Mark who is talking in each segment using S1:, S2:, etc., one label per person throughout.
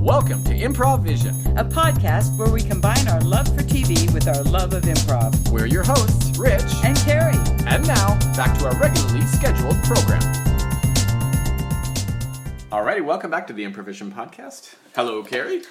S1: Welcome to Improv Vision.
S2: a podcast where we combine our love for TV with our love of improv.
S1: We're your hosts, Rich,
S2: And Carrie,
S1: and now back to our regularly scheduled program. Alrighty, welcome back to the Improvision Podcast. Hello, Carrie.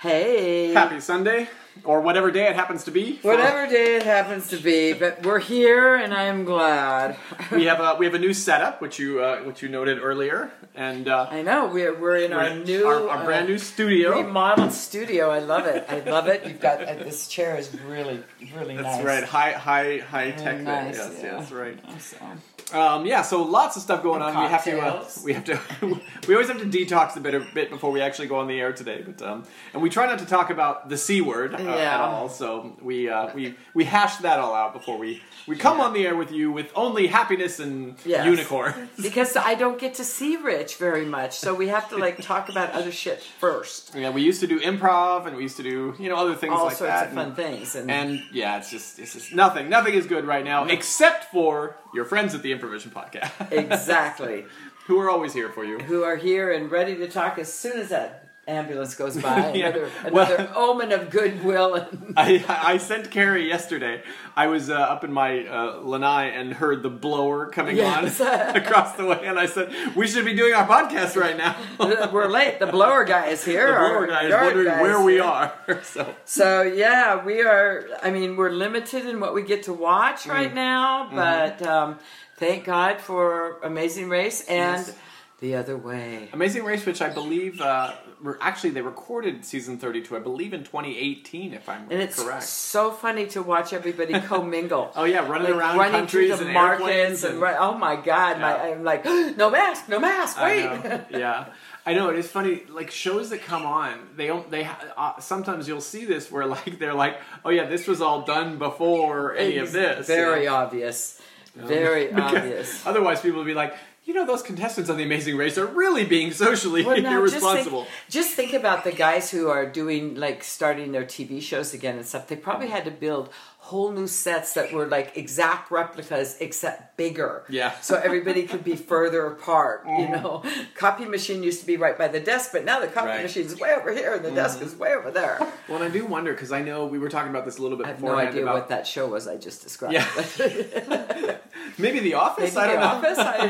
S2: hey,
S1: Happy Sunday, or whatever day it happens to be. for-
S2: whatever day it happens to be, but we're here and I'm glad.
S1: we have a we have a new setup, which you uh, which you noted earlier, and uh,
S2: I know we're we're in our
S1: we're-
S2: new,
S1: our, our brand new
S2: uh,
S1: studio.
S2: remodeled studio. I love it. I love it. You've got uh, this chair is really really
S1: That's
S2: nice.
S1: right, high high high tech.
S2: Very
S1: there.
S2: nice,
S1: yes,
S2: yeah.
S1: yes, right.
S2: Awesome.
S1: Um, yeah, so lots of stuff going on. We have to, uh,
S2: Cocktails.
S1: we have to, we always have to detox a bit, a bit before we actually go on the air today. But um, and we try not to talk about the c word uh, at
S2: Yeah.
S1: all. So we uh, we we hash that all out before we we come on the air with you with only happiness and
S2: Yes.
S1: unicorn.
S2: Because I don't get to see Rich very much, so we have to like talk about other shit first.
S1: yeah, we used to do improv and we used to do you know other things
S2: All
S1: like
S2: sorts
S1: that.
S2: of fun
S1: and,
S2: things. And,
S1: and yeah, it's just it's just nothing. Nothing is good right now except for your friends at the Improvision Podcast,
S2: exactly.
S1: who are always here for you.
S2: who are here and ready to talk as soon as that ambulance goes by.
S1: Yeah.
S2: Another,
S1: Well-
S2: another omen of goodwill. And
S1: I, I sent Carrie yesterday. I was uh, up in my uh, lanai and heard the blower coming
S2: Yes.
S1: on across the way, and I said, "We should be doing our podcast right now." the
S2: we're late. The blower guy is here.
S1: blower
S2: our
S1: guy is
S2: yard
S1: wondering
S2: guy
S1: where
S2: is
S1: we
S2: here.
S1: are. so
S2: So yeah, we are. I mean, we're limited in what we get to watch
S1: Mm.
S2: right
S1: Mm-hmm.
S2: now, but um, thank God for Amazing Race and
S1: Yes.
S2: The Other Way.
S1: Amazing Race, which I believe uh, were, actually they recorded season thirty-two, I believe in twenty eighteen, if I'm
S2: And it's
S1: correct.
S2: so funny to watch everybody commingle.
S1: Oh yeah, running
S2: like,
S1: around
S2: running
S1: countries
S2: through the
S1: and airplanes
S2: markets
S1: and,
S2: and, run- oh my god, my,
S1: Yeah.
S2: I'm like no mask, no mask,
S1: I
S2: wait.
S1: know, yeah, I know. It is funny. Like shows that come on, they don't. They ha- uh, sometimes you'll see this where like they're like, oh yeah, this was all done before any of this. you
S2: Very
S1: know?
S2: obvious. Very
S1: Because
S2: obvious.
S1: Otherwise, people would be like, you know, those contestants on The Amazing Race are really being socially
S2: Well, now, just think-
S1: irresponsible.
S2: Just think, about the guys who are doing like starting their TV shows again and stuff. They probably had to build whole new sets that were like exact replicas except bigger.
S1: Yeah. Mm.
S2: So everybody could be further apart, you know. Copy machine used to be right by the desk, but now the copy
S1: Right. Mm-hmm.
S2: machine's way over here and the desk is way over there.
S1: well, and I do wonder because I know we were talking about this a little bit
S2: I have no
S1: beforehand
S2: idea
S1: about
S2: what that show was I just described.
S1: maybe The
S2: Maybe
S1: Office. I don't
S2: The
S1: know.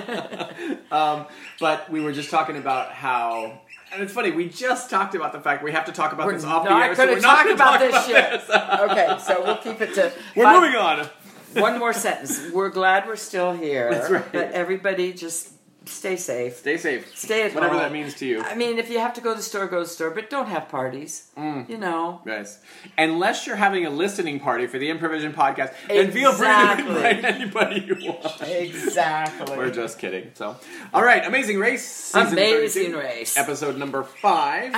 S2: Office? I-
S1: But we were just talking about how, and it's funny. We just talked about the fact we have to talk about this off the air, so
S2: gonna
S1: we're not going to talk about
S2: shit.
S1: this.
S2: okay, so we'll keep it to.
S1: We're
S2: five-
S1: moving on.
S2: One more sentence. We're glad we're still here.
S1: That's right.
S2: But everybody just stay safe.
S1: Stay safe.
S2: Stay at
S1: Whatever
S2: home.
S1: that means to you.
S2: I mean, if you have to go to the store, go to the store, but don't have parties.
S1: Mm.
S2: You know.
S1: Nice. Unless you're having a listening party for the Improvision podcast, then feel free to
S2: Exactly.
S1: invite anybody you want.
S2: Exactly.
S1: We're just kidding. So, all right, Amazing Race, season
S2: Amazing
S1: 32,
S2: Race.
S1: episode number five.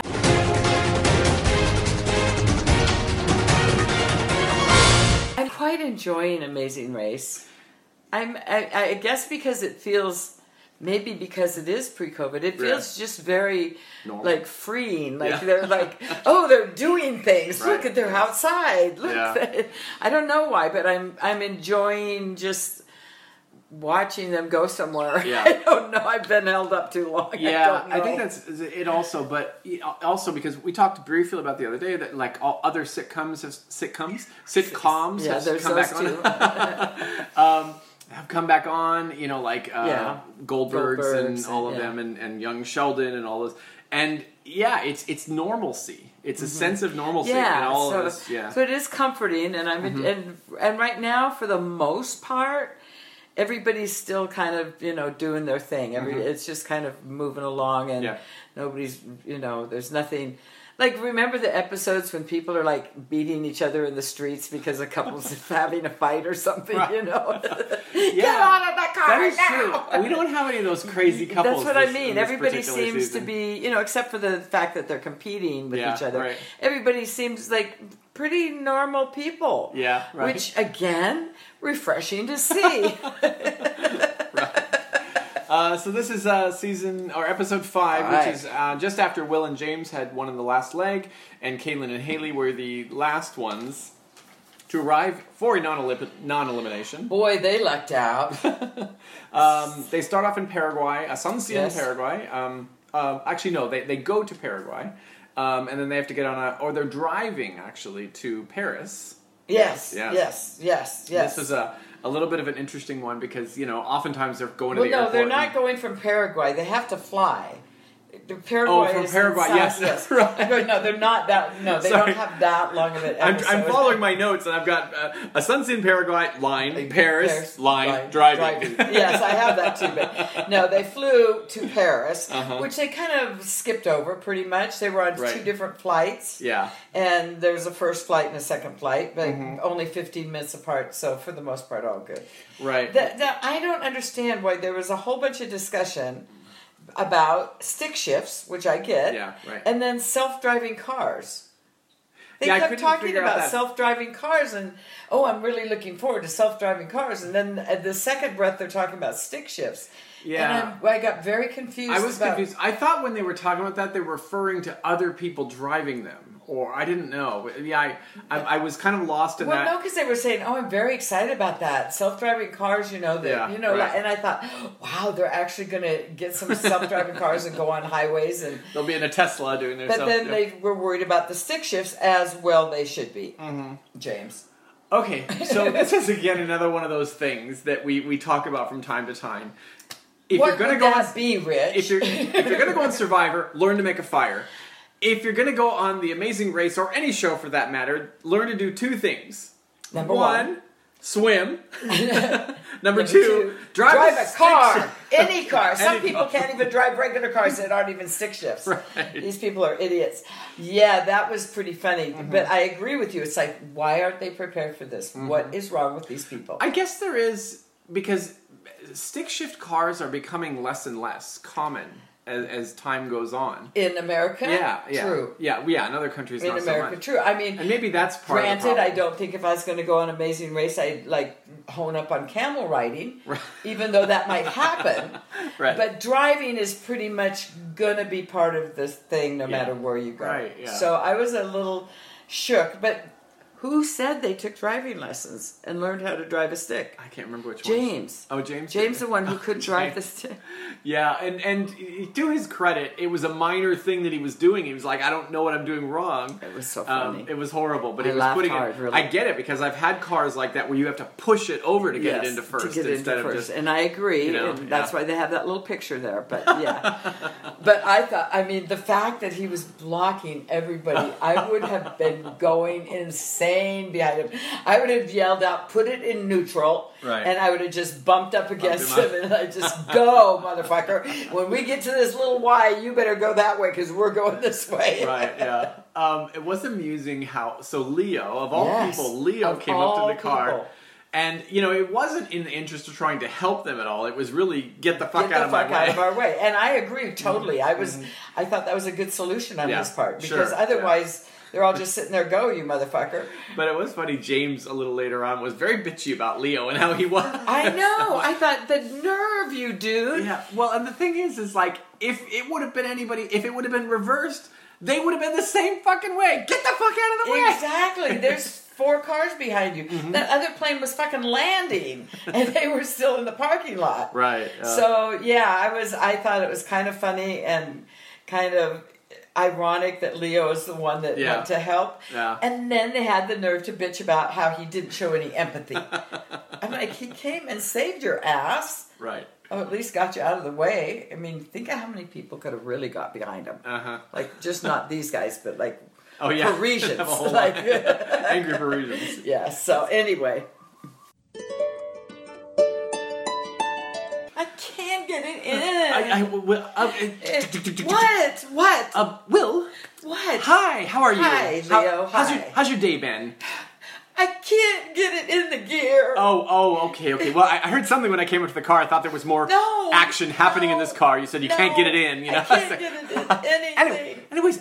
S2: I'm quite enjoying Amazing Race. I'm, I, I guess because it feels, maybe because it is pre-COVID, it feels just very
S1: Normal.
S2: like freeing. Like
S1: Yeah.
S2: they're like, oh, they're doing things. Look
S1: Right.
S2: at they're outside. Look,
S1: Yeah.
S2: I don't know why, but I'm I'm enjoying just watching them go somewhere.
S1: Yeah.
S2: I don't know. I've been held up too long.
S1: Yeah,
S2: I,
S1: I,
S2: don't
S1: think
S2: know.
S1: that's is it. Also, but also because we talked briefly about the other day that like all other sitcoms have sitcoms sitcoms
S2: yeah.
S1: have
S2: There's
S1: come
S2: those
S1: back on.
S2: two.
S1: have come back on, you know, like uh,
S2: Yeah.
S1: Goldbergs,
S2: Goldbergs,
S1: and all of
S2: yeah.
S1: them, and, and young Sheldon and all those. And yeah, it's it's normalcy. It's a sense of normalcy in all
S2: Mm-hmm. so,
S1: of us. Yeah, Mm-hmm.
S2: so it is comforting, and I'm and and right now, for the most part, everybody's still kind of you know doing their thing. Every it's just kind of moving along, and
S1: Mm-hmm. Yeah.
S2: nobody's you know there's nothing. Like remember the episodes when people are like beating each other in the streets because a couple's having a fight or something, you know? Get out of the car
S1: that is
S2: now!
S1: true. We don't have any of those crazy couples.
S2: That's what I
S1: this- in
S2: mean.
S1: this
S2: Everybody
S1: particular
S2: seems
S1: season.
S2: to be, you know, except for the fact that they're competing with
S1: Yeah,
S2: each other.
S1: right.
S2: Everybody seems like pretty normal people.
S1: Yeah, right.
S2: Which again, refreshing to see.
S1: Uh, so this is uh, season or episode five,
S2: Five.
S1: which is uh, just after Will and James had won in the last leg, and Caitlin and Haley were the last ones to arrive for a non-elim- non-elimination.
S2: Boy, they lucked out.
S1: Um, they start off in Paraguay, um, Asuncion,
S2: Yes.
S1: Paraguay. Um, uh, actually, no, they, they go to Paraguay. Um, and then they have to get on a, or they're driving actually to Paris.
S2: Yes,
S1: Yes.
S2: yes, yes, yes, yes.
S1: This is a, a little bit of an interesting one because, you know, oftentimes they're going to the
S2: well, no,
S1: airport.
S2: they're
S1: and-
S2: not going from Paraguay. They have to fly. The Paraguay
S1: Oh, from
S2: is
S1: Paraguay,
S2: inside-
S1: yes, right.
S2: No, No, they're not that. No, they
S1: Sorry.
S2: don't have that long of an
S1: I'm,
S2: episode.
S1: I'm following my notes, and I've got uh, a sunset in Paraguay line, Paris, line, driving.
S2: yes, I have that too. But no, they flew to Paris, which they kind of skipped over pretty much. They were on
S1: Uh-huh. Right.
S2: two different flights.
S1: yeah,
S2: And there's a first flight and a second flight, but
S1: Mm-hmm.
S2: only 15 minutes apart, so for the most part, all good.
S1: right.
S2: That, that, I don't understand why there was a whole bunch of discussion about stick shifts, which I get,
S1: Yeah, right.
S2: and then self driving cars. They
S1: Yeah, I
S2: kept
S1: couldn't
S2: talking
S1: figure out
S2: about
S1: that.
S2: self driving cars and, oh, I'm really looking forward to self driving cars. And then at the second breath, they're talking about stick shifts.
S1: Yeah.
S2: And I'm, I got very confused.
S1: I was
S2: about-
S1: confused. I thought when they were talking about that, they were referring to other people driving them, or I didn't know. Yeah, I, I, I was kind of lost in
S2: Well,
S1: that.
S2: no, because they were saying, "Oh, I'm very excited about that self-driving cars." You know that
S1: Yeah,
S2: you know,
S1: right.
S2: and I thought, "Wow, they're actually going to get some self-driving cars and go on highways." And
S1: They'll be in a Tesla doing their.
S2: but
S1: self-
S2: then they were worried about the stick shifts as well. They should be,
S1: Mm-hmm.
S2: James.
S1: Okay, so this is again another one of those things that we we talk about from time to time. If
S2: what
S1: you're gonna
S2: would
S1: go on
S2: that be, Rich?
S1: if you're if you're gonna go on Survivor, learn to make a fire. If you're gonna go on The Amazing Race or any show for that matter, learn to do two things.
S2: Number one.
S1: swim. Number, two,
S2: two,
S1: drive,
S2: drive
S1: a
S2: a
S1: stick
S2: car,
S1: shift.
S2: any car. Some
S1: Any
S2: people
S1: car.
S2: can't even drive regular cars that aren't even stick shifts.
S1: Right.
S2: These people are idiots. Yeah, that was pretty funny.
S1: Mm-hmm.
S2: But I agree with you. It's like, why aren't they prepared for this?
S1: Mm-hmm.
S2: What is wrong with these people?
S1: I guess there is because stick shift cars are becoming less and less common as, as time goes on.
S2: in America,
S1: Yeah, yeah,
S2: true.
S1: yeah, yeah. In other countries,
S2: In
S1: not
S2: America,
S1: so much.
S2: true. I mean,
S1: And maybe that's part of the
S2: granted, I
S1: problem.
S2: don't think if I was going to go on Amazing Race, I'd like hone up on camel riding,
S1: Right.
S2: even though that might happen.
S1: Right.
S2: But driving is pretty much going to be part of this thing, no matter where you go.
S1: Right, yeah.
S2: So I was a little shook, but who said they took driving lessons and learned how to drive a stick?
S1: I can't remember which one.
S2: James.
S1: Oh, James.
S2: James, the one who couldn't drive the stick.
S1: Yeah, and and to his credit, it was a minor thing that he was doing. He was like, "I don't know what I'm doing wrong."
S2: It was so funny.
S1: Um, it was horrible, but he
S2: I
S1: was
S2: laughed
S1: putting
S2: hard,
S1: it.
S2: really.
S1: I get it because I've had cars like that where you have to push it over to get it
S2: Yes,
S1: into first
S2: to get it
S1: instead
S2: into
S1: of
S2: first.
S1: just.
S2: and I agree,
S1: you know,
S2: and that's
S1: yeah.
S2: why they have that little picture there. But yeah, but I thought, I mean, the fact that he was blocking everybody, I would have been going insane behind him. I would have yelled out, "Put it in neutral,"
S1: Right.
S2: and I would have just bumped up against
S1: him up.
S2: him, and I just go, motherfucker. When we get to this little Y, you better go that way because we're going this way.
S1: Right, yeah. Um, it was amusing how so Leo of all
S2: Yes,
S1: people, Leo
S2: of
S1: came up
S2: all
S1: to the car,
S2: people.
S1: and you know it wasn't in the interest of trying to help them at all. It was really get the fuck
S2: Get
S1: out
S2: the
S1: of
S2: fuck
S1: my
S2: out
S1: way.
S2: of our way. Mm-hmm. And I agree totally. I was, I thought that was a good solution on
S1: Yeah,
S2: his part
S1: sure,
S2: because
S1: yeah.
S2: otherwise they're all just sitting there. Go, you motherfucker!
S1: But it was funny. James a little later on was very bitchy about Leo and how he was.
S2: I know. I thought the nerve, you dude.
S1: Yeah. Well, and the thing is, is like if it would have been anybody, if it would have been reversed, they would have been the same fucking way. Get the fuck out of the way.
S2: Exactly. There's four cars behind you. That other plane was fucking landing, and they were still in the parking lot.
S1: Right. uh,
S2: so yeah, I was. I thought it was kind of funny and kind of ironic that Leo is the one that
S1: Yeah.
S2: went to help.
S1: Yeah.
S2: And then they had the nerve to bitch about how he didn't show any empathy. I'm like, he came and saved your ass.
S1: Right.
S2: Or at least got you out of the way. I mean, think of how many people could have really got behind him.
S1: Uh huh.
S2: Like, just not these guys, but like
S1: Oh yeah.
S2: Parisians.
S1: Have a whole
S2: like,
S1: lot. angry Parisians.
S2: yeah, so anyway. I can't get it in.
S1: I, I will. Uh,
S2: Eh, what? What?
S1: Uh, Will.
S2: what?
S1: Hi. How are you?
S2: Hi,
S1: How-
S2: Leo,
S1: How's your
S2: hi.
S1: How's your day been?
S2: I can't get it in the gear.
S1: Oh. Oh. Okay. Okay. Well, I, I heard something when I came into the car. I thought there was more
S2: No,
S1: action happening in
S2: no,
S1: this car. You said you
S2: no,
S1: can't get it in. You know.
S2: I can't get it in anything.
S1: anyway. Anyways,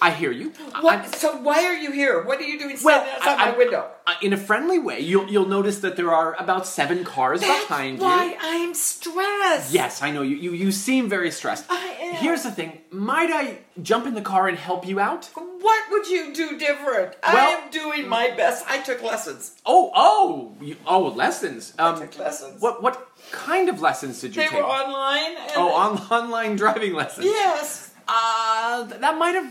S1: I hear you. I-
S2: What-
S1: I'm-
S2: so why are you here? What are you doing
S1: Well,
S2: standing outside
S1: I- I-
S2: my window?
S1: Uh, in a friendly way, you'll, you'll notice that there are about seven cars
S2: That's
S1: behind
S2: why
S1: you.
S2: I'm stressed.
S1: Yes, I know you, you. You seem very stressed.
S2: I am.
S1: Here's the thing: might I jump in the car and help you out?
S2: What would you do different? I
S1: Well-
S2: am doing my best. I took lessons.
S1: Oh, oh, you, oh, lessons. Um,
S2: took lessons.
S1: What what kind of lessons did you
S2: They
S1: take?
S2: were online. And
S1: oh, on, online driving lessons.
S2: Yes.
S1: Uh, th- that might have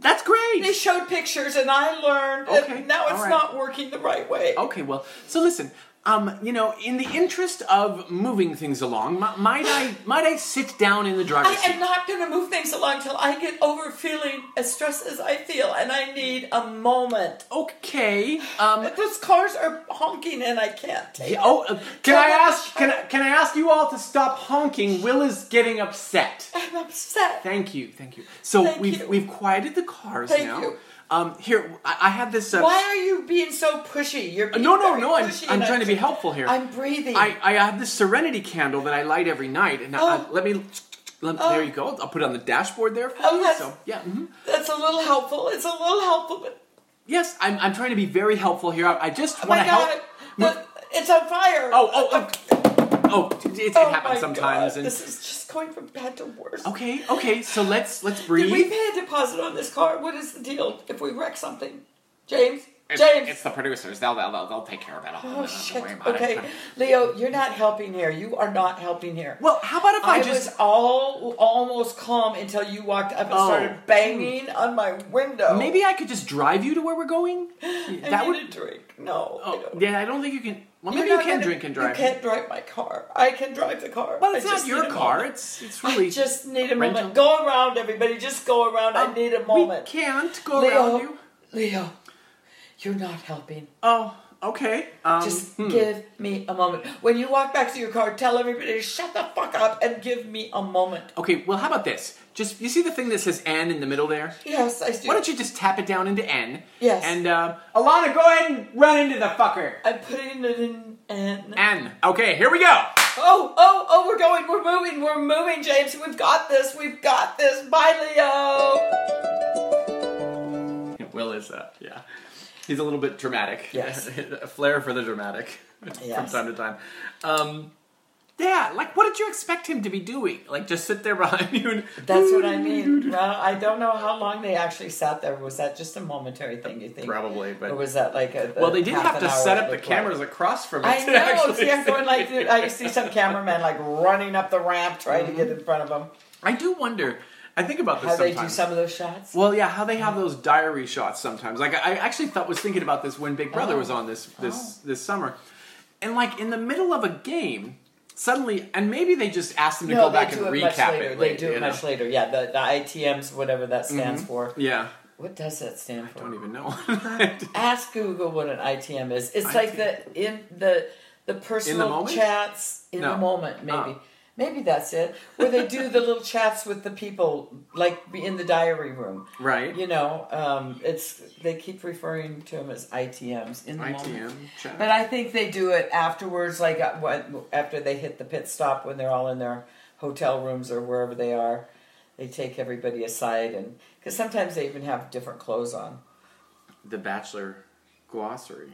S1: That's great.
S2: They showed pictures, and I learned
S1: Okay,
S2: that now it's
S1: all right. Oh,
S2: not working the right way.
S1: Okay, well, so listen. Um, you know, in the interest of moving things along, mi- might I might I sit down in the driver's
S2: I
S1: seat?
S2: am not going to move things along till I get over feeling as stressed as I feel, and I need a moment.
S1: okay. Um,
S2: But those cars are honking, and I can't take.
S1: yeah, oh, uh, can I ask? Can I, can I ask you all to stop honking? Will is getting upset.
S2: I'm upset.
S1: Thank you, thank you. So
S2: Thank
S1: we've
S2: you.
S1: we've quieted the cars
S2: Thank
S1: now.
S2: you.
S1: Um, here, I, I have this. Uh,
S2: Why are you being so pushy? You're being
S1: no, no,
S2: very
S1: no. I'm,
S2: pushy
S1: I'm
S2: and
S1: trying to be helpful here.
S2: I'm breathing.
S1: I, I have this serenity candle that I light every night, and I, I-
S2: Oh.
S1: let me. Let, There you go. I'll put it on the dashboard there for
S2: Oh,
S1: you.
S2: that's-
S1: So yeah, mhm.
S2: That's a little helpful. It's a little helpful, but
S1: yes, I'm, I'm trying to be very helpful here. I, I just
S2: oh
S1: want
S2: my
S1: to help.
S2: god, the, it's on fire.
S1: Oh, oh, oh, oh! It, it
S2: Oh
S1: happens
S2: my
S1: sometimes.
S2: God.
S1: And
S2: this is just going from bad to worse.
S1: okay, okay. So let's let's breathe.
S2: Did we pay a deposit on this car? What is the deal if we wreck something? James? James?
S1: the producers. They'll they'll, they'll, they'll take care of it all.
S2: oh, shit. Okay. Leo, you're not helping here. You are not helping here.
S1: Well, how about if I,
S2: I
S1: just
S2: was all almost calm until you walked up and
S1: Oh.
S2: started banging on my window.
S1: maybe I could just drive you to where we're going?
S2: I
S1: That
S2: need
S1: would.
S2: a drink. No. I
S1: Oh,
S2: don't.
S1: yeah, I don't think you can. Well, maybe
S2: You're
S1: you
S2: not
S1: can
S2: gonna-
S1: drink and drive.
S2: You can't drive my car. I can drive the car.
S1: Well,
S2: I
S1: it's not
S2: just
S1: your
S2: need a
S1: car.
S2: moment.
S1: It's it's really
S2: I just need a
S1: rental. Oh,
S2: moment. Go around, everybody. Just go around. I need a moment.
S1: We can't go around
S2: Leo,
S1: you.
S2: Leo, you're not helping.
S1: Oh, okay. Um,
S2: Just
S1: hmm.
S2: give me a moment. When you walk back to your car, tell everybody to shut the fuck up and give me a moment.
S1: Okay, well, how about this? Just you see the thing that says N in the middle there?
S2: Yes, I do.
S1: Why don't you just tap it down into N?
S2: Yes.
S1: And uh, Alana, go ahead and run into the fucker.
S2: I'm putting it in and
S1: N. Okay, here we go.
S2: oh oh oh we're going we're moving we're moving James we've got this we've got this bye Leo
S1: Will is uh, yeah. He's a little bit dramatic.
S2: Yes.
S1: a flair for the dramatic
S2: Yes.
S1: from time to time. Um, yeah, like what did you expect him to be doing? Like just sit there behind you and
S2: that's what I mean well I don't know how long they actually sat there was that just a momentary thing you think
S1: Probably,
S2: or
S1: but
S2: was that like a,
S1: well, they did
S2: half
S1: have
S2: an
S1: to
S2: hour
S1: set
S2: it
S1: up the
S2: looked like?
S1: cameras across from it.
S2: I
S1: to
S2: know.
S1: actually
S2: See, I'm
S1: see.
S2: going like the, I see some cameraman like running up the ramp trying to get in front of them.
S1: I do wonder. I think about this
S2: How they
S1: sometimes.
S2: do some of those shots.
S1: Well, yeah, how they have those diary shots sometimes. Like I I actually thought was thinking about this when Big Brother
S2: Oh.
S1: was on this this this summer, and like in the middle of a game, suddenly, and maybe they just asked them to go
S2: no, they
S1: back
S2: do
S1: and recap
S2: it much later.
S1: it.
S2: they
S1: late,
S2: do
S1: you
S2: it
S1: know?
S2: much later. Yeah, the, the ITMs, whatever that stands for.
S1: Yeah,
S2: What does that stand for?
S1: I don't even know.
S2: Ask Google what an ITM is. It's like the in the the personal
S1: moment?
S2: chats in
S1: No.
S2: the moment. Maybe
S1: Ah.
S2: maybe that's it. Where they do the little chats with the people, like in the diary room.
S1: right?
S2: You know, um, it's they keep referring to them as ITMs in the
S1: ITM
S2: moment.
S1: chat.
S2: But I think they do it afterwards, like uh, what- after they hit the pit stop when they're all in their hotel rooms or wherever they are. They take everybody aside, and because sometimes they even have different clothes on.
S1: the Bachelor glossary.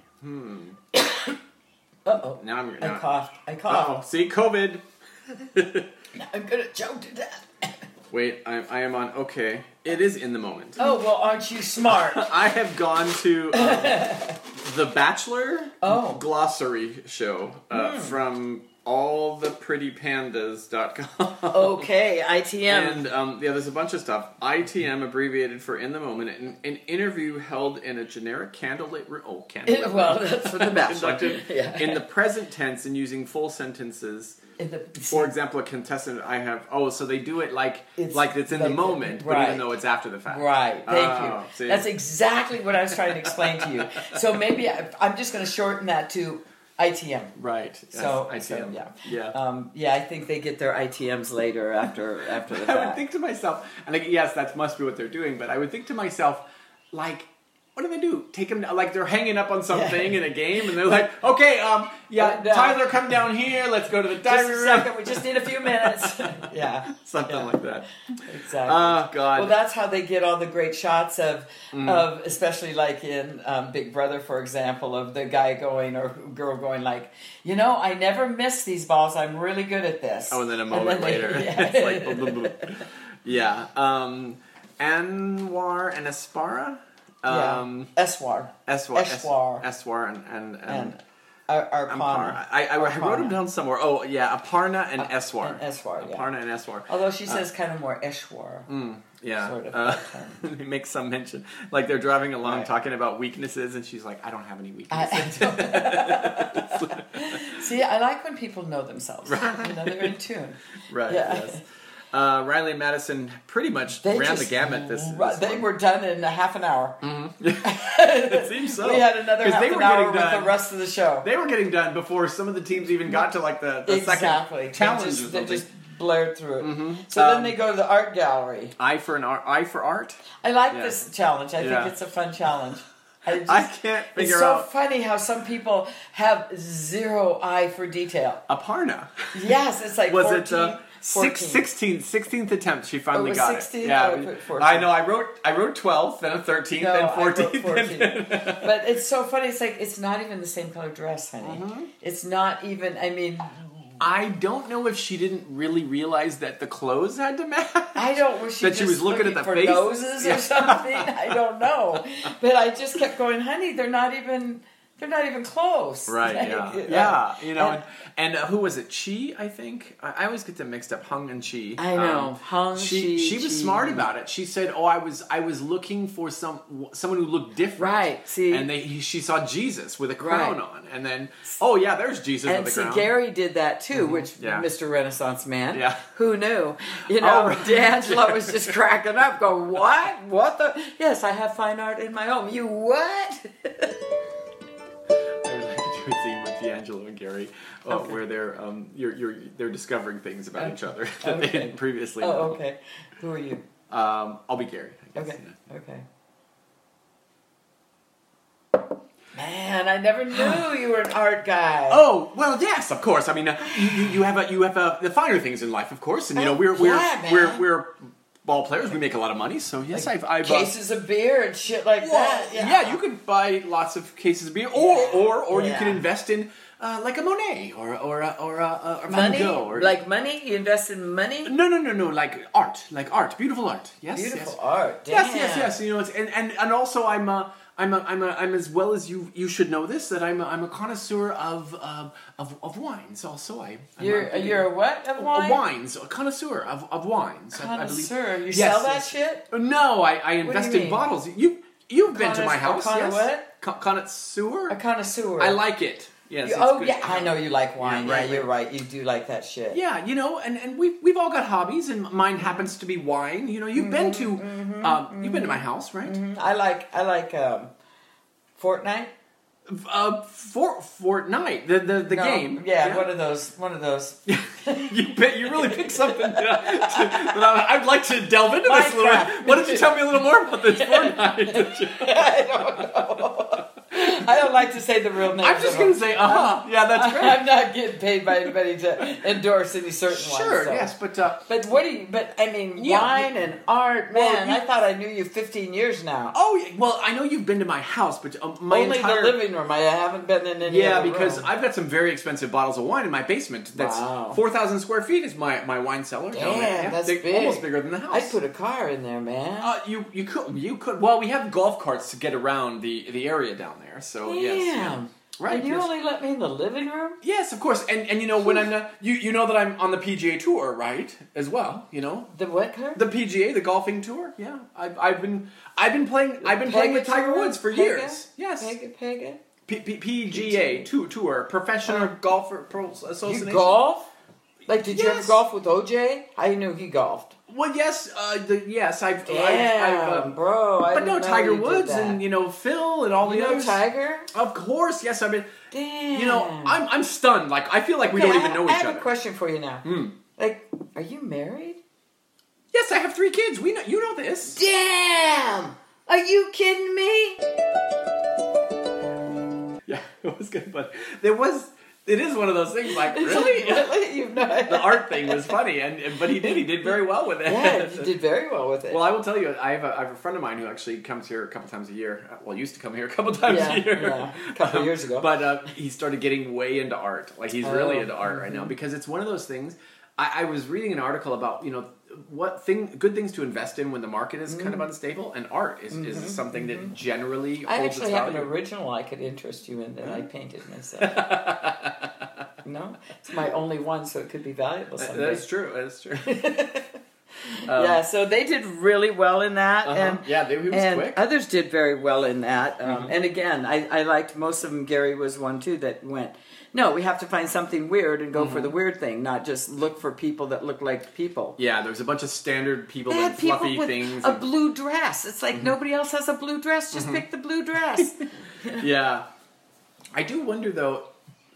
S2: Uh oh.
S1: Now I'm
S2: I
S1: now-
S2: coughed. I
S1: Oh,
S2: coughed.
S1: see, COVID.
S2: Now I'm gonna choke to death.
S1: Wait, I, I am on. Okay, it is in the moment.
S2: Oh well, aren't you smart?
S1: I have gone to um, the Bachelor
S2: Oh. Hmm.
S1: glossary show uh, from alltheprettypandas.com.
S2: okay, ITM.
S1: And um, yeah, there's a bunch of stuff. ITM abbreviated for in the moment, an, an interview held in a generic candlelit room. Oh, candlelit. room.
S2: well, that's for the bachelor.
S1: Conducted
S2: yeah.
S1: in the present tense and using full sentences.
S2: In the-
S1: For example, a contestant I have. Oh, so they do it like
S2: It's
S1: like it's in
S2: like
S1: the
S2: the-
S1: moment, but even
S2: right.
S1: though it's after the fact.
S2: Right. Thank
S1: Oh,
S2: you.
S1: see?
S2: That's exactly what I was trying to explain to you. So maybe I, I'm just going to shorten that to ITM.
S1: Right.
S2: So,
S1: Yes,
S2: so,
S1: ITM.
S2: yeah,
S1: Yeah.
S2: um, yeah. I think they get their ITMs later after after the fact.
S1: I would think to myself, and like, yes, that must be what they're doing, but I would think to myself, like, what do they do? Take them like they're hanging up on something in a game, and they're like, okay, um, yeah,
S2: Right now.
S1: Tyler, come down here. Let's go to the
S2: uh, just
S1: diary
S2: a
S1: room.
S2: second. We just need a few minutes. yeah,
S1: Something like that.
S2: exactly.
S1: Oh God.
S2: well, that's how they get all the great shots of,
S1: Mm.
S2: of especially like in um, Big Brother, for example, of the guy going or girl going like, you know, I never miss these balls. I'm really good at this.
S1: oh, and then a moment
S2: they-
S1: later,
S2: yeah.
S1: it's like, blah, blah, blah. yeah. Um, Anwar and Aspara.
S2: Yeah.
S1: Um,
S2: Eswar.
S1: Eswar, Es-
S2: Eswar.
S1: Eswar, and and, and,
S2: and Ar- Arpana.
S1: Aparna. I, I, I wrote them
S2: Aparna.
S1: down somewhere. Oh yeah, Aparna and Eswar.
S2: and Eswar, yeah.
S1: Aparna and Eswar.
S2: Although she says kind of more Eshwar.
S1: Yeah.
S2: sort of.
S1: Uh,
S2: pattern.
S1: he makes some mention. Like they're driving along
S2: Right.
S1: talking about weaknesses, and she's like, I don't have any
S2: I,
S1: weaknesses.
S2: I don't- See, I like when people know themselves. You know, they're in tune.
S1: right.
S2: Yeah.
S1: Yes. Uh, Riley and Madison pretty much
S2: They
S1: ran the
S2: just
S1: gamut this,
S2: ru-
S1: this
S2: they
S1: one.
S2: were done in a half an hour.
S1: it seems Mm. so.
S2: We had another
S1: 'Cause
S2: half
S1: they
S2: an
S1: were
S2: hour
S1: getting
S2: with
S1: done.
S2: the rest of the show.
S1: They were getting done before some of the teams even got to like the, the
S2: exactly.
S1: second challenge
S2: they
S1: or
S2: just, they
S1: something.
S2: just blared through it. So
S1: Um,
S2: then they go to the art gallery.
S1: Eye for an art, eye for art.
S2: I like
S1: Yeah.
S2: this challenge. I
S1: Yeah.
S2: think it's a fun challenge. I, just,
S1: I can't
S2: It's
S1: figure
S2: so
S1: out
S2: funny how some people have zero eye for detail.
S1: Aparna.
S2: Yes, it's like
S1: Was
S2: 14,
S1: it uh, six,
S2: 14.
S1: 16 16th attempt? She finally
S2: Oh, It was
S1: got
S2: 16th?
S1: it. Yeah,
S2: I put 14.
S1: I know. I wrote I wrote 12th, then a 13th,
S2: No,
S1: then
S2: I wrote
S1: 14th.
S2: 14.
S1: and then-
S2: but it's so funny. It's like it's not even the same color dress, honey.
S1: Uh-huh.
S2: It's not even. I mean,
S1: I don't know if she didn't really realize that the clothes had to match.
S2: I don't. Was she
S1: That she
S2: just
S1: was looking at the
S2: for
S1: face?
S2: noses
S1: Yeah.
S2: or something? I don't know. But I just kept going, honey. They're not even. They're not even close.
S1: Right.
S2: Like,
S1: Yeah.
S2: you
S1: yeah.
S2: know.
S1: You know.
S2: And-
S1: And, and uh, who was it? Chi, I think. I, I always get them mixed up. Hung and Chi. Um,
S2: I know. Hung,
S1: She
S2: Chi,
S1: she was
S2: Chi.
S1: smart about it. She said, "Oh, I was I was looking for some someone who looked different."
S2: Right, see.
S1: And they he, she saw Jesus with a crown
S2: Right.
S1: on, and then oh yeah, there's Jesus
S2: And
S1: with
S2: see,
S1: a crown.
S2: Gary did that too, which
S1: Mm-hmm. Yeah.
S2: Mr. Renaissance man,
S1: Yeah. Oh,
S2: who knew? You know,
S1: right.
S2: D'Angelo was just cracking up, going, "What? What the? Yes, I have fine art in my home. You what?
S1: I would like to do a scene with D'Angelo and Gary, uh, where they're um you're you're they're discovering things about each other that they
S2: Okay.
S1: didn't previously know.
S2: oh, okay. Who are you?
S1: Um, I'll be Gary. I guess,
S2: Okay,
S1: yeah.
S2: okay. Man, I never knew you were an art guy.
S1: Oh well, yes, of course. I mean, uh, you, you you have a, you have a, the finer things in life, of course, and you know
S2: Oh,
S1: we're we're
S2: yeah, man.
S1: we're, we're ball players. We make a lot of money, so yes, I've, I've uh,
S2: cases of beer and shit like
S1: well,
S2: that.
S1: yeah.
S2: Yeah,
S1: you could buy lots of cases of beer, or
S2: Yeah.
S1: or or you can
S2: Yeah.
S1: invest in uh, like a Monet or or a, or a, a a Van
S2: money,
S1: Gogh or
S2: like money. You invest in money.
S1: no no no no like art like art beautiful art yes
S2: Beautiful
S1: yes.
S2: art.
S1: Yes,
S2: damn.
S1: yes, yes. You know, it's, and, and and also I'm a I'm a I'm a I'm as well as you you should know this that I'm a, I'm a connoisseur of um of of wines. Also, I I'm
S2: You're
S1: a,
S2: you're a what of wine?
S1: a wines a connoisseur of of wines. I- I believe-
S2: Connoisseur. You
S1: Yes,
S2: sell that
S1: yes. Uh,
S2: shit?
S1: No, I I invest in
S2: mean?
S1: bottles. You you've been to my
S2: Connois- a
S1: house.
S2: conno-
S1: yes.
S2: what?
S1: Con- connoisseur.
S2: A connoisseur.
S1: I like it. Yes.
S2: You,
S1: it's
S2: oh
S1: good.
S2: yeah, I know you like
S1: Yeah,
S2: wine. Yeah,
S1: right,
S2: you're right. You do like that shit.
S1: Yeah, you know, and, and we've we've all got hobbies, and mine happens to be wine. You know, you've been
S2: Mm-hmm,
S1: to um, you've been to my house, right?
S2: I like I like um, Fortnite.
S1: uh, for Fortnite, the the, the
S2: No,
S1: game.
S2: Yeah, one of those. One of those.
S1: you bet, you really picked something that, I, that I, I'd like to delve into this a little.
S2: Minecraft.
S1: bit. Why don't you tell me a little more about this Fortnite?
S2: I don't know. I don't like to say the real name.
S1: I'm just gonna say, uh
S2: Oh,
S1: huh. Yeah, that's great.
S2: I'm not getting paid by anybody to endorse any certain ones.
S1: Sure,
S2: so.
S1: yes, but uh,
S2: But what do you? But I mean,
S1: Yeah.
S2: wine and art,
S1: Well,
S2: man.
S1: you-
S2: I thought I knew you 15 years now.
S1: oh yeah, well, I know you've been to my house, but uh, my
S2: Only
S1: entire
S2: the living room. I haven't been in any.
S1: Yeah,
S2: other
S1: because
S2: room.
S1: I've got some very expensive bottles of wine in my basement. That's
S2: Wow.
S1: four thousand square feet is my, my wine cellar. down
S2: Damn,
S1: there.
S2: that's
S1: they're
S2: big.
S1: almost bigger than the house.
S2: I'd put a car in there, man.
S1: Uh, you you could you could well we have golf carts to get around the the area down there so
S2: Damn.
S1: Oh, yes yeah. right
S2: And you
S1: yes.
S2: only let me in the living room?
S1: yes of course and and you know when I'm not, you you know that I'm on the PGA tour right as well you know
S2: The what car?
S1: the PGA the golfing tour yeah I've I've been I've been playing I've been playing with
S2: Pega
S1: Tiger
S2: tour?
S1: Woods for
S2: Pega?
S1: years yes
S2: Pega, Pega.
S1: P- P- PGA tour tour professional golfer pro association
S2: Uh-huh. You golf? Like, did you
S1: Yes.
S2: ever golf with OJ? I knew he golfed.
S1: well yes uh the, yes I've
S2: Damn,
S1: I've, I've uh,
S2: bro. I
S1: but
S2: didn't
S1: no
S2: know
S1: Tiger
S2: you did
S1: Woods
S2: that.
S1: and you know Phil and all the
S2: You know
S1: others
S2: Tiger?
S1: of course yes I've been.
S2: Damn.
S1: You know, I'm I'm stunned. Like Hmm. I feel like we
S2: Okay,
S1: don't
S2: I
S1: even
S2: have-
S1: know
S2: I
S1: each
S2: have
S1: other.
S2: a question for you now.
S1: Hmm.
S2: Like, are you married?
S1: Yes, I have three kids. We know you know this.
S2: Damn! Are you kidding me?
S1: Yeah, it was good, but there was. It is one of those things. Like really,
S2: really? You've not.
S1: the art thing was funny, and and- but he did. He did very well with it.
S2: Yeah, you did very well with it.
S1: Well, I will tell you, I have, a, I have a friend of mine who actually comes here a couple times a year. Uh, Well, used to come here a couple times
S2: yeah,
S1: a year.
S2: yeah, a couple
S1: Um,
S2: years ago.
S1: But uh, he started getting way into art. Like he's really
S2: Oh,
S1: into art right now because it's one of those things. I, I was reading an article about you know what thing good things to invest in when the market is kind of unstable, and art is, is something that generally holds
S2: Mm-hmm. I actually
S1: its
S2: have an
S1: value.
S2: original I could interest you in that
S1: Hmm?
S2: I painted myself. no, it's my only one, so it could be valuable
S1: That-
S2: someday.
S1: that is true. That is true.
S3: Um,
S2: yeah, so they did really well in that,
S3: uh-huh.
S2: and
S3: yeah, they, he was
S2: and
S3: quick.
S2: others did very well in that. Um,
S3: Mhm.
S2: And again, I, I liked most of them. Gary was one too that went. No, we have to find something weird and go for the weird thing, not just look for people that look like people.
S1: Yeah, there was a bunch of standard people
S2: They
S1: and
S2: had people
S1: fluffy
S2: with
S1: things.
S2: a
S1: and-
S2: blue dress. It's like nobody else has a blue dress. Just pick the blue dress.
S1: yeah. I do wonder though.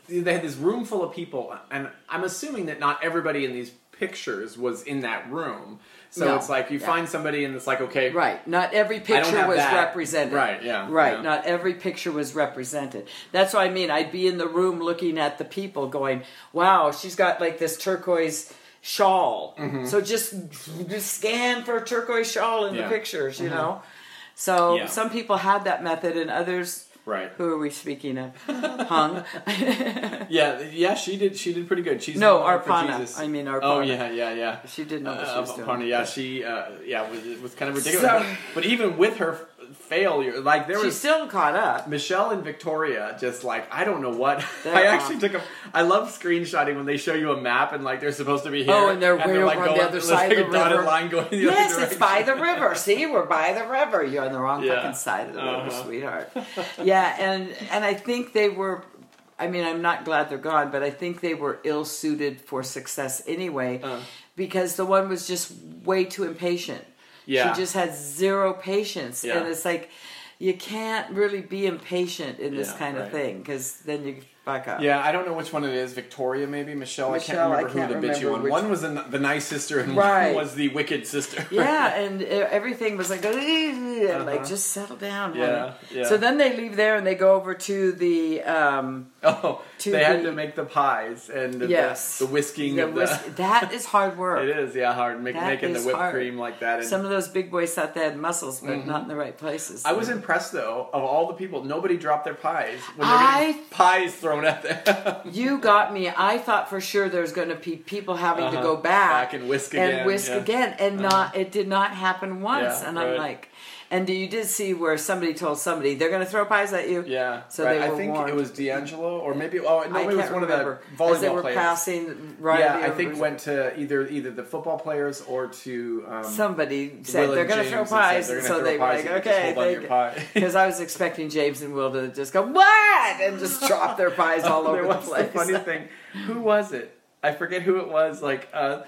S1: They had this room full of people, and I'm assuming that not everybody in these pictures was in that room. So
S2: No.
S1: it's like you
S2: Yeah.
S1: find somebody, and it's like, okay,
S2: right. Not every picture
S1: have
S2: was
S1: that.
S2: represented.
S1: Right, yeah,
S2: Right.
S1: yeah.
S2: Not every picture was represented. That's what I mean. I'd be in the room looking at the people going, wow, she's got like this turquoise shawl.
S1: Mm-hmm.
S2: So just, just scan for a turquoise shawl in
S1: Yeah. Mm-hmm.
S2: the pictures, you know? So
S1: Yeah.
S2: some people had that method and others.
S1: right,
S2: Who are we speaking of? Hung.
S1: yeah, yeah. She did. She did pretty good. She's
S2: no,
S1: known for
S2: Arpana.
S1: Jesus.
S2: I mean, Arpana.
S1: Oh yeah, yeah, yeah.
S2: She didn't know what she
S1: Uh,
S2: was doing.
S1: Aparna, yeah, she, uh, yeah, was, was kind of ridiculous.
S2: So-
S1: but, but even with her f- failure, like there
S2: She's
S1: was
S2: still caught up.
S1: Michelle and Victoria, just like I don't know what.
S2: They're
S1: I actually
S2: off.
S1: took a. I love screenshotting when they show you a map and like they're supposed to be here.
S2: Oh, and they're way
S1: like,
S2: over on the other
S1: there's,
S2: side of
S1: like,
S2: the
S1: a dotted
S2: river.
S1: line going the
S2: Yes,
S1: other
S2: it's
S1: direction.
S2: by the river. See, we're by the river. You're on the wrong
S1: Yeah.
S2: fucking side of the river,
S1: Uh-huh.
S2: sweetheart. Yeah, and and I think they were. I mean, I'm not glad they're gone, but I think they were ill suited for success anyway,
S1: Uh.
S2: because the one was just way too impatient.
S1: Yeah.
S2: she just had zero patience,
S1: Yeah.
S2: and it's like you can't really be impatient in this
S1: Yeah,
S2: kind
S1: right.
S2: of thing because then you fuck up.
S1: Yeah, I don't know which one it is. Victoria, maybe Michelle.
S2: Michelle, I
S1: I can't remember
S2: can't
S1: who the bitchy
S2: remember
S1: one.
S2: which-
S1: One was the, n- the nice sister, and
S2: Right.
S1: one was the wicked sister.
S2: Yeah, and uh, everything was like, and like
S1: Uh-huh.
S2: just settle down. honey.
S1: Yeah, yeah.
S2: So then they leave there and they go over to the um,
S1: Oh,
S2: To
S1: they had
S2: the-
S1: to make the pies and the,
S2: Yes.
S1: the, the whisking
S2: the
S1: of the.
S2: whisk- that is hard work.
S1: It is, yeah, hard make,
S2: That
S1: making the
S2: is
S1: whipped
S2: hard.
S1: cream like that. And
S2: Some of those big boys thought they had muscles, but not in the right places.
S1: Mm-hmm. I was impressed though of all the people. Nobody dropped their pies when they were
S2: I-
S1: getting pies thrown at them.
S2: you got me. I thought for sure there's going to be people having to
S1: Uh-huh.
S2: go back,
S1: Back and whisk again,
S2: whisk
S1: yeah. Uh-huh.
S2: again, and not. It did not happen once,
S1: Yeah,
S2: and I'm
S1: right.
S2: like, and you did see where somebody told somebody they're going to throw pies at you.
S1: yeah,
S2: So
S1: right.
S2: they
S1: I
S2: were
S1: think
S2: warned.
S1: it was D'Angelo or maybe oh no,
S2: I
S1: it
S2: can't
S1: was one
S2: remember.
S1: of the volleyball
S2: As they were
S1: players.
S2: passing, right
S1: yeah, I
S2: over-
S1: think went to either either the football players or to um,
S2: somebody
S1: Will
S2: said
S1: and
S2: they're going to
S1: James and
S2: throw
S1: said
S2: pies,
S1: they're
S2: and
S1: gonna
S2: so
S1: throw
S2: they were
S1: pies
S2: like,
S1: at you, just
S2: okay,
S1: hold on to your pie.
S2: because I was expecting James and Will to just go what and just drop their pies all
S1: there
S2: over the
S1: was
S2: place.
S1: The funny thing, who was it? I forget who it was. Like, uh,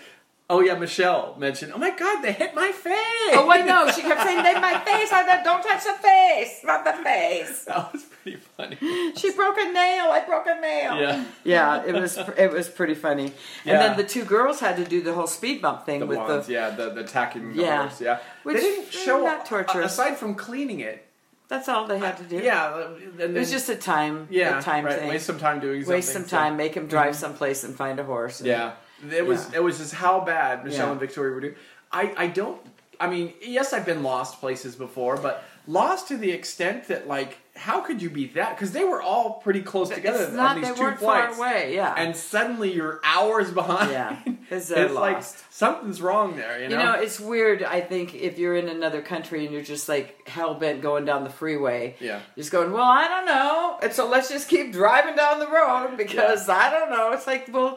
S1: oh yeah, Michelle mentioned. Oh my God, they hit my face.
S2: Oh, I know. She kept saying, "Leave my face!" I thought, "Don't touch the face, not the face."
S1: That was pretty funny.
S2: She broke a nail. I broke a nail.
S1: Yeah.
S2: yeah. It was it was pretty funny. And
S1: Yeah.
S2: then the two girls had to do the whole speed bump thing
S1: The
S2: with
S1: wands,
S2: the.
S1: yeah, the, the attacking
S2: Yeah.
S1: yeah. yeah.
S2: Which,
S1: they didn't
S2: eh,
S1: show
S2: not torturous.
S1: Aside from cleaning it,
S2: That's all they had to do.
S1: yeah, uh, and then,
S2: It was just a time.
S1: yeah,
S2: a time
S1: right,
S2: thing.
S1: Waste some time doing something.
S2: Waste some
S1: so-
S2: time. Make him drive someplace and find a horse. and-
S1: Yeah, it was
S2: Yeah.
S1: it was just how bad Michelle
S2: Yeah.
S1: and Victoria were doing. I I don't. I mean, yes, I've been lost places before, but lost to the extent that like, how could you be that? Because they were all pretty close together
S2: It's not
S1: on
S2: they
S1: these two
S2: weren't
S1: flights,
S2: far away. Yeah,
S1: and suddenly you're hours behind.
S2: Yeah. 'Cause
S1: it's
S2: they're
S1: like
S2: lost.
S1: something's wrong there. You
S2: you
S1: know.
S2: know it's weird. I think if you're in another country and you're just like hell bent going down the freeway,
S1: Yeah.
S2: just going. Well, I don't know, and so let's just keep driving down the road because I don't know. It's like well.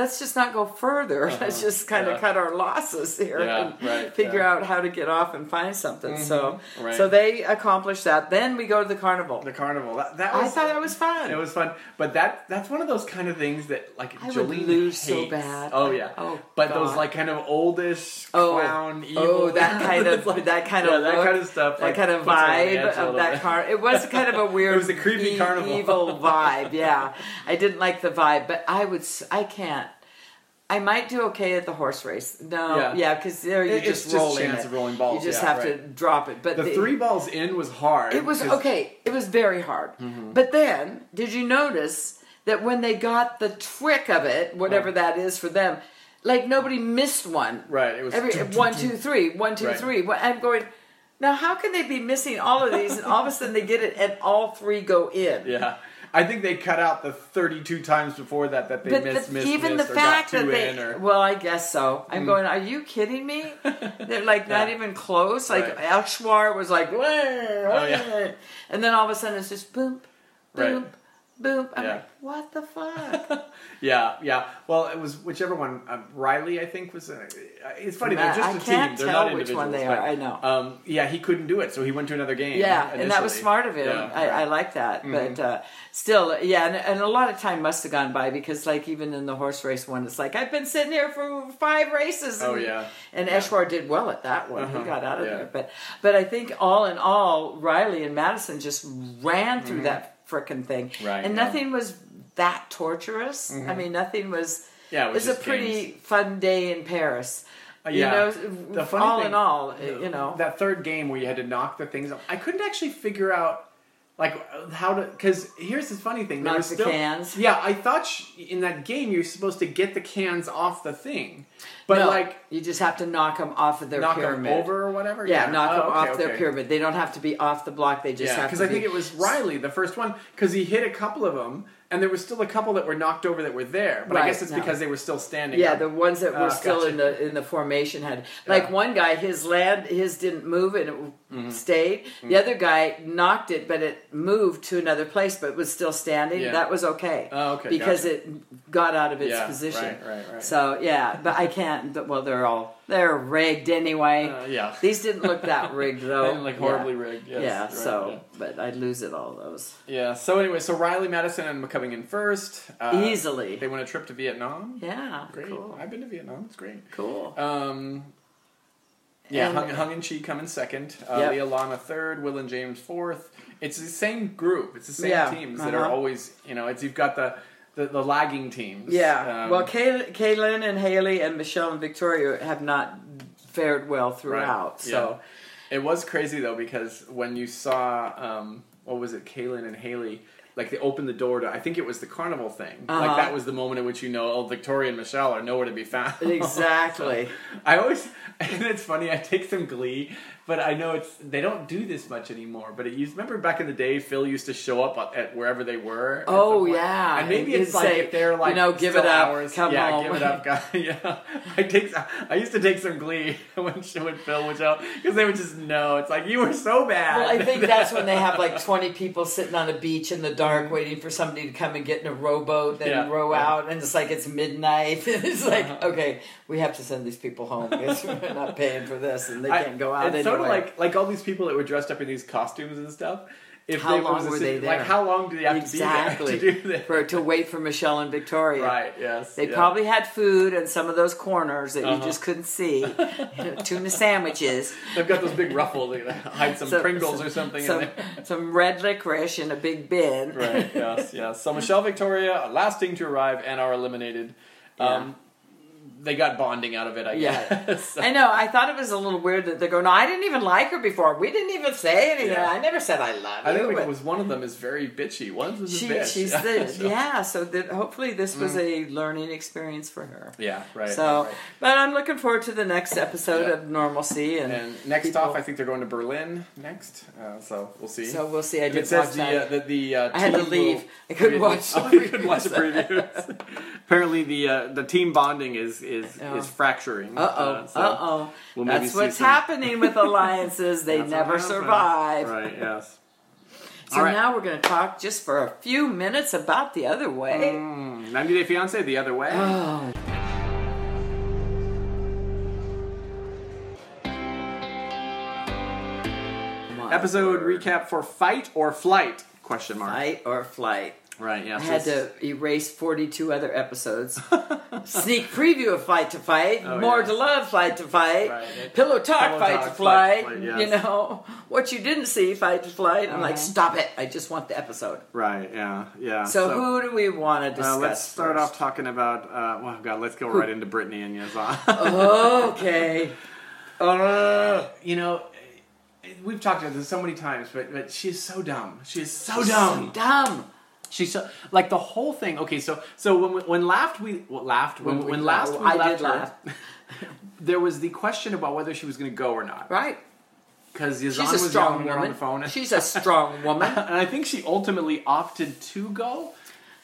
S2: Let's just not go further. Let's just kind of
S1: Uh-huh. Yeah.
S2: cut our losses here
S1: Yeah,
S2: and
S1: right,
S2: figure
S1: yeah.
S2: out how to get off and find something. So,
S1: Mhm, right.
S2: so they accomplished that. Then we go to the carnival.
S1: the carnival. That, that was
S2: I thought that was fun.
S1: It was fun, but that that's one of those kind of things that like
S2: I would
S1: Jolene
S2: lose so
S1: hates.
S2: bad.
S1: Oh yeah.
S2: Oh,
S1: but those
S2: God.
S1: like kind of oldish
S2: Oh.
S1: clown evil.
S2: Oh, that kind of
S1: like,
S2: that kind
S1: yeah,
S2: of
S1: that
S2: look,
S1: kind of stuff.
S2: that
S1: like,
S2: kind of
S1: puts her on the
S2: vibe
S1: edge a
S2: of
S1: little
S2: that
S1: bit.
S2: car. It was kind of a weird, e-,
S1: It was a creepy carnival.
S2: evil vibe. Yeah, I didn't like the vibe, but I would, s- I can't. I might do okay at the horse race. No,
S1: Yeah.
S2: yeah, because there you
S1: It- it's
S2: just
S1: just
S2: rolling
S1: chance
S2: it.
S1: of rolling balls,
S2: You just
S1: yeah,
S2: have to
S1: right.
S2: drop it. But
S1: The three balls in was hard.
S2: it was
S1: 'cause- Mm-hmm.
S2: okay. It was very hard. But then, did you notice that when they got the trick of it, whatever
S1: Right.
S2: that is for them, like nobody missed one.
S1: Right, it was
S2: every
S1: doo, doo,
S2: one, two, three, one, two,
S1: Right.
S2: three. Well, I'm going. Now, how can they be missing all of these, and all of a sudden they get it, and all three go in?
S1: Yeah. I think they cut out the 32 times before that that they
S2: But
S1: missed,
S2: the,
S1: missed,
S2: even
S1: missed,
S2: the
S1: or got
S2: fact that
S1: two
S2: they,
S1: in, or, Hmm.
S2: well, I guess so. I'm going. Are you kidding me? They're like not
S1: Yeah.
S2: even close. Like
S1: Right. Oh,
S2: Akshwar was like, "Wah, wah,"
S1: yeah.
S2: and then all of a sudden it's just boom, boom,
S1: Right.
S2: boom. I'm
S1: Yeah.
S2: like, what the fuck?
S1: Yeah, yeah. Well, it was whichever one. Um, Riley, I think, was. Uh, it's funny.
S2: Matt,
S1: they're
S2: I
S1: just a
S2: can't
S1: team. They're
S2: tell
S1: not
S2: which
S1: individuals.
S2: one they
S1: but,
S2: are, I know.
S1: Um, yeah, he couldn't do it, so he went to another game.
S2: yeah, and that was
S1: initially.
S2: smart of him.
S1: Yeah,
S2: I, I
S1: right. Mm-hmm.
S2: like that, but uh, still, yeah, and, and a lot of time must have gone by because, like, even in the horse race one, it's like I've been sitting here for five races.
S1: Oh,
S2: and-
S1: yeah.
S2: and
S1: Yeah.
S2: Eshwar did well at that one.
S1: Uh-huh.
S2: He got out of
S1: Yeah.
S2: there, but but I think all in all, Riley and Madison just ran through that frickin' thing,
S1: Mm-hmm. Right,
S2: And
S1: yeah. Mm-hmm.
S2: nothing was that torturous. I mean, nothing was.
S1: Yeah, it was
S2: a
S1: just
S2: pretty fun day in Paris.
S1: Uh,
S2: You
S1: yeah.
S2: know,
S1: The funny
S2: all
S1: thing-
S2: in all, you know.
S1: that third game where you had to knock the things up. I couldn't actually figure out like how to because here's the funny thing. There
S2: Knock
S1: was
S2: the
S1: still,
S2: cans.
S1: Yeah, I thought sh- in that game you're supposed to get the cans off the thing, but
S2: No,
S1: like
S2: you just have to knock them off of their
S1: knock them
S2: pyramid.
S1: over or whatever.
S2: Yeah, knock
S1: Oh,
S2: them
S1: okay,
S2: off their
S1: okay.
S2: pyramid. They don't have to be off the block. They just
S1: Yeah,
S2: have to
S1: because I think
S2: be-
S1: it was Riley the first one because he hit a couple of them, and there was still a couple that were knocked over that were there. But I
S2: Right,
S1: guess it's
S2: no.
S1: because they were still standing.
S2: Yeah,
S1: up.
S2: the ones that were
S1: Oh,
S2: still
S1: gotcha.
S2: in the in the formation had like one guy his land his didn't move and it
S1: Mm-hmm.
S2: stayed. The other guy knocked it, but it moved to another place, but was still standing.
S1: Yeah.
S2: That was okay.
S1: Oh, okay,
S2: because
S1: gotcha.
S2: it got out of its
S1: Yeah,
S2: position.
S1: right, right, right.
S2: So yeah, but I can't. but- Well, they're all they're rigged anyway.
S1: Uh, yeah.
S2: these didn't look that rigged though.
S1: They didn't look horribly
S2: Yeah.
S1: rigged. Yes,
S2: yeah,
S1: right,
S2: so
S1: yeah.
S2: but I'd lose it all those
S1: Yeah. So anyway, so Riley Madison and coming in first. Uh,
S2: easily.
S1: They went a trip to Vietnam.
S2: yeah,
S1: Great.
S2: cool,
S1: I've been to Vietnam. It's great.
S2: cool.
S1: Um, yeah,
S2: And-
S1: Hung, Hung and Chi come in second. Uh,
S2: Yep.
S1: Leah Lana third. Will and James fourth. It's the same group. It's the same
S2: Yeah,
S1: teams that are
S2: uh-huh.
S1: always, you know, it's you've got the the, the lagging teams.
S2: Yeah.
S1: Um,
S2: well, Kay- Kaylin and Haley and Michelle and Victoria have not fared well throughout. So
S1: yeah. it was crazy though because when you saw um, what was it, Kaylin and Haley. Like they opened the door to, I think it was the carnival thing.
S2: Uh-huh.
S1: Like that was the moment at which you know, oh, Victoria and Michelle are nowhere to be found.
S2: exactly.
S1: I always, and it's funny. I take some glee, but I know it's they don't do this much anymore. But it used. Remember back in the day, Phil used to show up at wherever they were. at
S2: Oh
S1: some point.
S2: yeah.
S1: and maybe
S2: You'd
S1: it's like
S2: say,
S1: if they're like
S2: you know, give it
S1: still
S2: up,
S1: hours-
S2: come
S1: yeah,
S2: home.
S1: give it up, guy. yeah, I take. some- I used to take some glee when she- when Phil would show because they would just know. It's like you were so bad.
S2: Well, I think that's when they have like 20 people sitting on a beach in the dark waiting for somebody to come and get in a rowboat, then
S1: Yeah.
S2: row
S1: Yeah. Uh-huh.
S2: out, and it's like it's midnight. it's like, okay, we have to send these people home because we're not paying for this and they
S1: I-
S2: can't go out
S1: It's
S2: anyway.
S1: sort of like like all these people that were dressed up in these costumes and stuff. If
S2: How
S1: they,
S2: long
S1: was a
S2: were
S1: sit-
S2: they
S1: Like
S2: there?
S1: how long do they have
S2: exactly.
S1: to be there to do this?
S2: For, to wait for Michelle and Victoria.
S1: Right. Yes.
S2: They
S1: yeah.
S2: probably had food in some of those corners that you
S1: Uh-huh.
S2: just couldn't see. You know, tuna sandwiches,
S1: They've got those big ruffles. They hide some,
S2: Some-
S1: Pringles or something
S2: some
S1: in there.
S2: some red licorice in a big bin.
S1: Right. Yes. Yes. So Michelle Victoria, last team to arrive, and are eliminated. Um, They got bonding out of it, I
S2: Yeah.
S1: guess.
S2: I know. I thought it was a little weird that they're going. No, I didn't even like her before. We didn't even say anything.
S1: Yeah.
S2: I never said I love
S1: I
S2: you.
S1: think
S2: but
S1: it was one of them is very bitchy. One was a
S2: she,
S1: bitch.
S2: she's
S1: yeah.
S2: the
S1: So-
S2: yeah. So that hopefully this was a learning experience for her.
S1: Yeah, Right.
S2: so,
S1: right.
S2: but I'm looking forward to the next episode
S1: Yeah.
S2: of Normalcy, and,
S1: And next
S2: people-
S1: off, I think they're going to Berlin next. Uh, so we'll see.
S2: so we'll see. I
S1: If it
S2: did
S1: says the,
S2: watch that.
S1: uh, the, the uh,
S2: I had to
S1: team
S2: leave.
S1: will-
S2: I couldn't watch.
S1: Oh, you couldn't watch the previews. Apparently, the uh, the team bonding is is
S2: Oh.
S1: is fracturing.
S2: Uh oh.
S1: so-
S2: uh oh.
S1: we'll maybe
S2: That's
S1: see
S2: what's
S1: some-
S2: happening with alliances. They
S1: That's what
S2: never
S1: happens.
S2: survive.
S1: Right, yes.
S2: So
S1: All right.
S2: now we're going to talk just for a few minutes about the other way.
S1: Mm, 90 Day Fiance, the other way.
S2: Oh. My
S1: Episode
S2: word.
S1: recap for Fight or Flight? Question mark.
S2: Fight or flight.
S1: Right, yes.
S2: I had
S1: this-
S2: to erase 42 other episodes. Sneak preview of Fight to Fight,
S1: Oh,
S2: More
S1: yes.
S2: to Love, Fight to Fight,
S1: Right, it-
S2: Pillow Talk,
S1: Pillow
S2: Fight
S1: Talk,
S2: to Flight,
S1: Fight to Flight,
S2: you
S1: yes.
S2: know, What You Didn't See, Fight to Flight. I'm
S1: Uh-huh.
S2: like, stop it. I just want the episode.
S1: Right, yeah, yeah.
S2: So, who do we want to discuss?
S1: Uh, let's start
S2: first?
S1: off talking about. Uh, well, God, let's go right into Brittany and Yazan.
S2: okay. Uh,
S1: you know, we've talked about this so many times, but but she's so dumb. She is so
S2: so dumb.
S1: She's so like the whole thing. Okay, so so when we, when laughed we well, laughed when, when,
S2: we-
S1: last we
S2: I
S1: left
S2: did
S1: her,
S2: laugh.
S1: there was the question about whether she was going to go or not
S2: Right.
S1: because
S2: She's
S1: Yazan
S2: a
S1: was
S2: strong
S1: yelling at her
S2: woman.
S1: on the phone.
S2: She's a strong woman.
S1: and I think she ultimately opted to go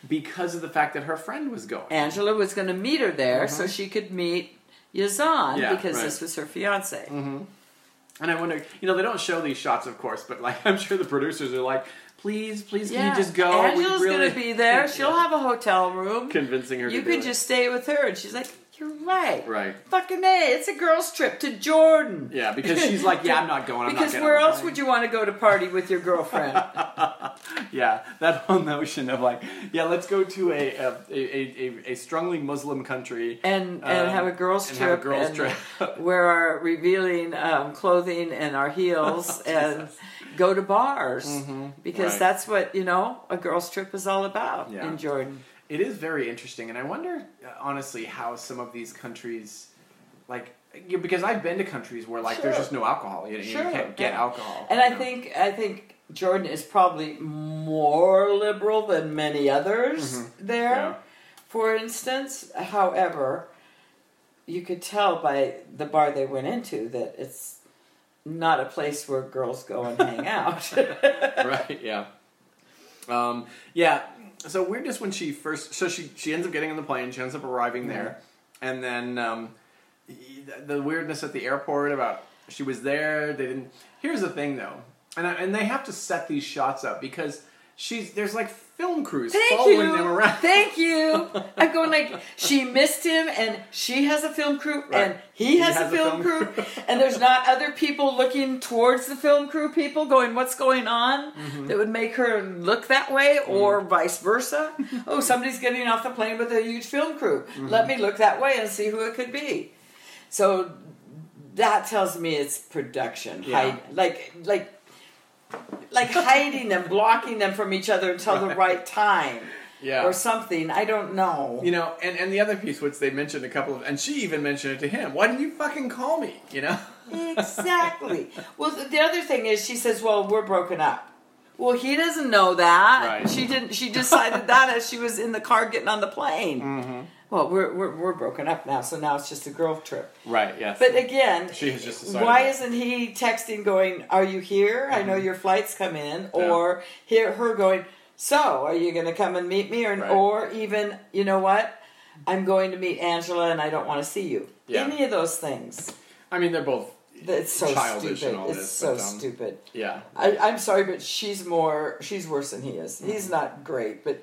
S1: because of the fact that her friend was going.
S2: Angela was going to meet her there so she could meet Yazan
S1: Uh-huh. Yeah,
S2: because
S1: right. Mm-hmm.
S2: this was her fiance.
S1: And I wonder, you know, they don't show these shots, of course, but like I'm sure the producers are like, please, please, can you just go? We
S2: Angela's
S1: really-
S2: gonna be there. She'll
S1: Yeah.
S2: have a hotel room.
S1: convincing her.
S2: you
S1: to do
S2: could
S1: it.
S2: just stay with her, and she's like, "You're right,
S1: Right.
S2: Fucking a, it's a girls' trip to Jordan."
S1: Yeah, because she's like, yeah, I'm not going. I'm
S2: because
S1: not
S2: where else would you want to go to party with your girlfriend?
S1: Yeah, that whole notion of like, yeah, let's go to a a, a, a, a strongly Muslim country.
S2: and
S1: Um,
S2: and have a girls
S1: and
S2: trip,
S1: have a girls'
S2: and
S1: trip.
S2: wear our revealing um, clothing and our heels and go to bars because
S1: Mm-hmm. Right.
S2: that's what you know a girls trip is all about
S1: Yeah.
S2: in Jordan.
S1: It is very interesting, and I wonder uh, honestly how some of these countries, like, you know, because I've been to countries where like there's
S2: Sure.
S1: just no alcohol. You, know,
S2: Sure,
S1: you can't get
S2: and-
S1: alcohol.
S2: And
S1: you
S2: I
S1: know?
S2: think I think Jordan is probably more liberal than many others there.
S1: Yeah.
S2: For instance, however, you could tell by the bar they went into that it's not a place where girls go and hang out.
S1: right. Yeah. Um, yeah. So weird. Just when she first, so she she ends up getting on the plane. She ends up arriving there, and then um, y- the weirdness at the airport about she was there. They didn't. Here's the thing though, and I, and they have to set these shots up because she's there's like film crews
S2: Thank
S1: following
S2: you.
S1: them around.
S2: Thank you. I'm going like she missed him, and she has a film crew, and
S1: Right.
S2: he has, a film, crew, and there's not other people looking towards the film crew people going, "What's going on?" That would make her look that way, or vice versa. oh, somebody's getting off the plane with a huge film crew. Let me look that way and see who it could be. So that tells me it's production.
S1: Yeah.
S2: Hide, like like like hiding them, blocking them from each other until the right time
S1: yeah.
S2: or something. I don't know.
S1: you know, and, and the other piece, which they mentioned a couple of, and she even mentioned it to him. Why didn't you fucking call me? You know,
S2: exactly. Well, th- the other thing is, she says, "Well, we're broken up." Well, he doesn't know that.
S1: Right.
S2: She didn't. She decided that as she was in the car getting on the plane.
S1: Mm-hmm.
S2: Well, we're, we're we're broken up now, so now it's just a girl trip.
S1: right? Yes,
S2: But again,
S1: She has just decided
S2: why
S1: that.
S2: isn't he texting, going, "Are you here? I know
S1: Mm-hmm.
S2: your flights come in," or hear her going, "So, are you going to come and meet me?" Or,
S1: Right.
S2: or even, you know what? I'm going to meet Angela, and I don't want to see you.
S1: Yeah.
S2: Any of those things.
S1: I mean, they're both.
S2: That's so
S1: Childish
S2: stupid.
S1: and all
S2: it's
S1: this,
S2: so
S1: but, um,
S2: stupid.
S1: Yeah,
S2: I, I'm sorry, but she's more. She's worse than he is.
S1: Mm-hmm.
S2: He's not great, but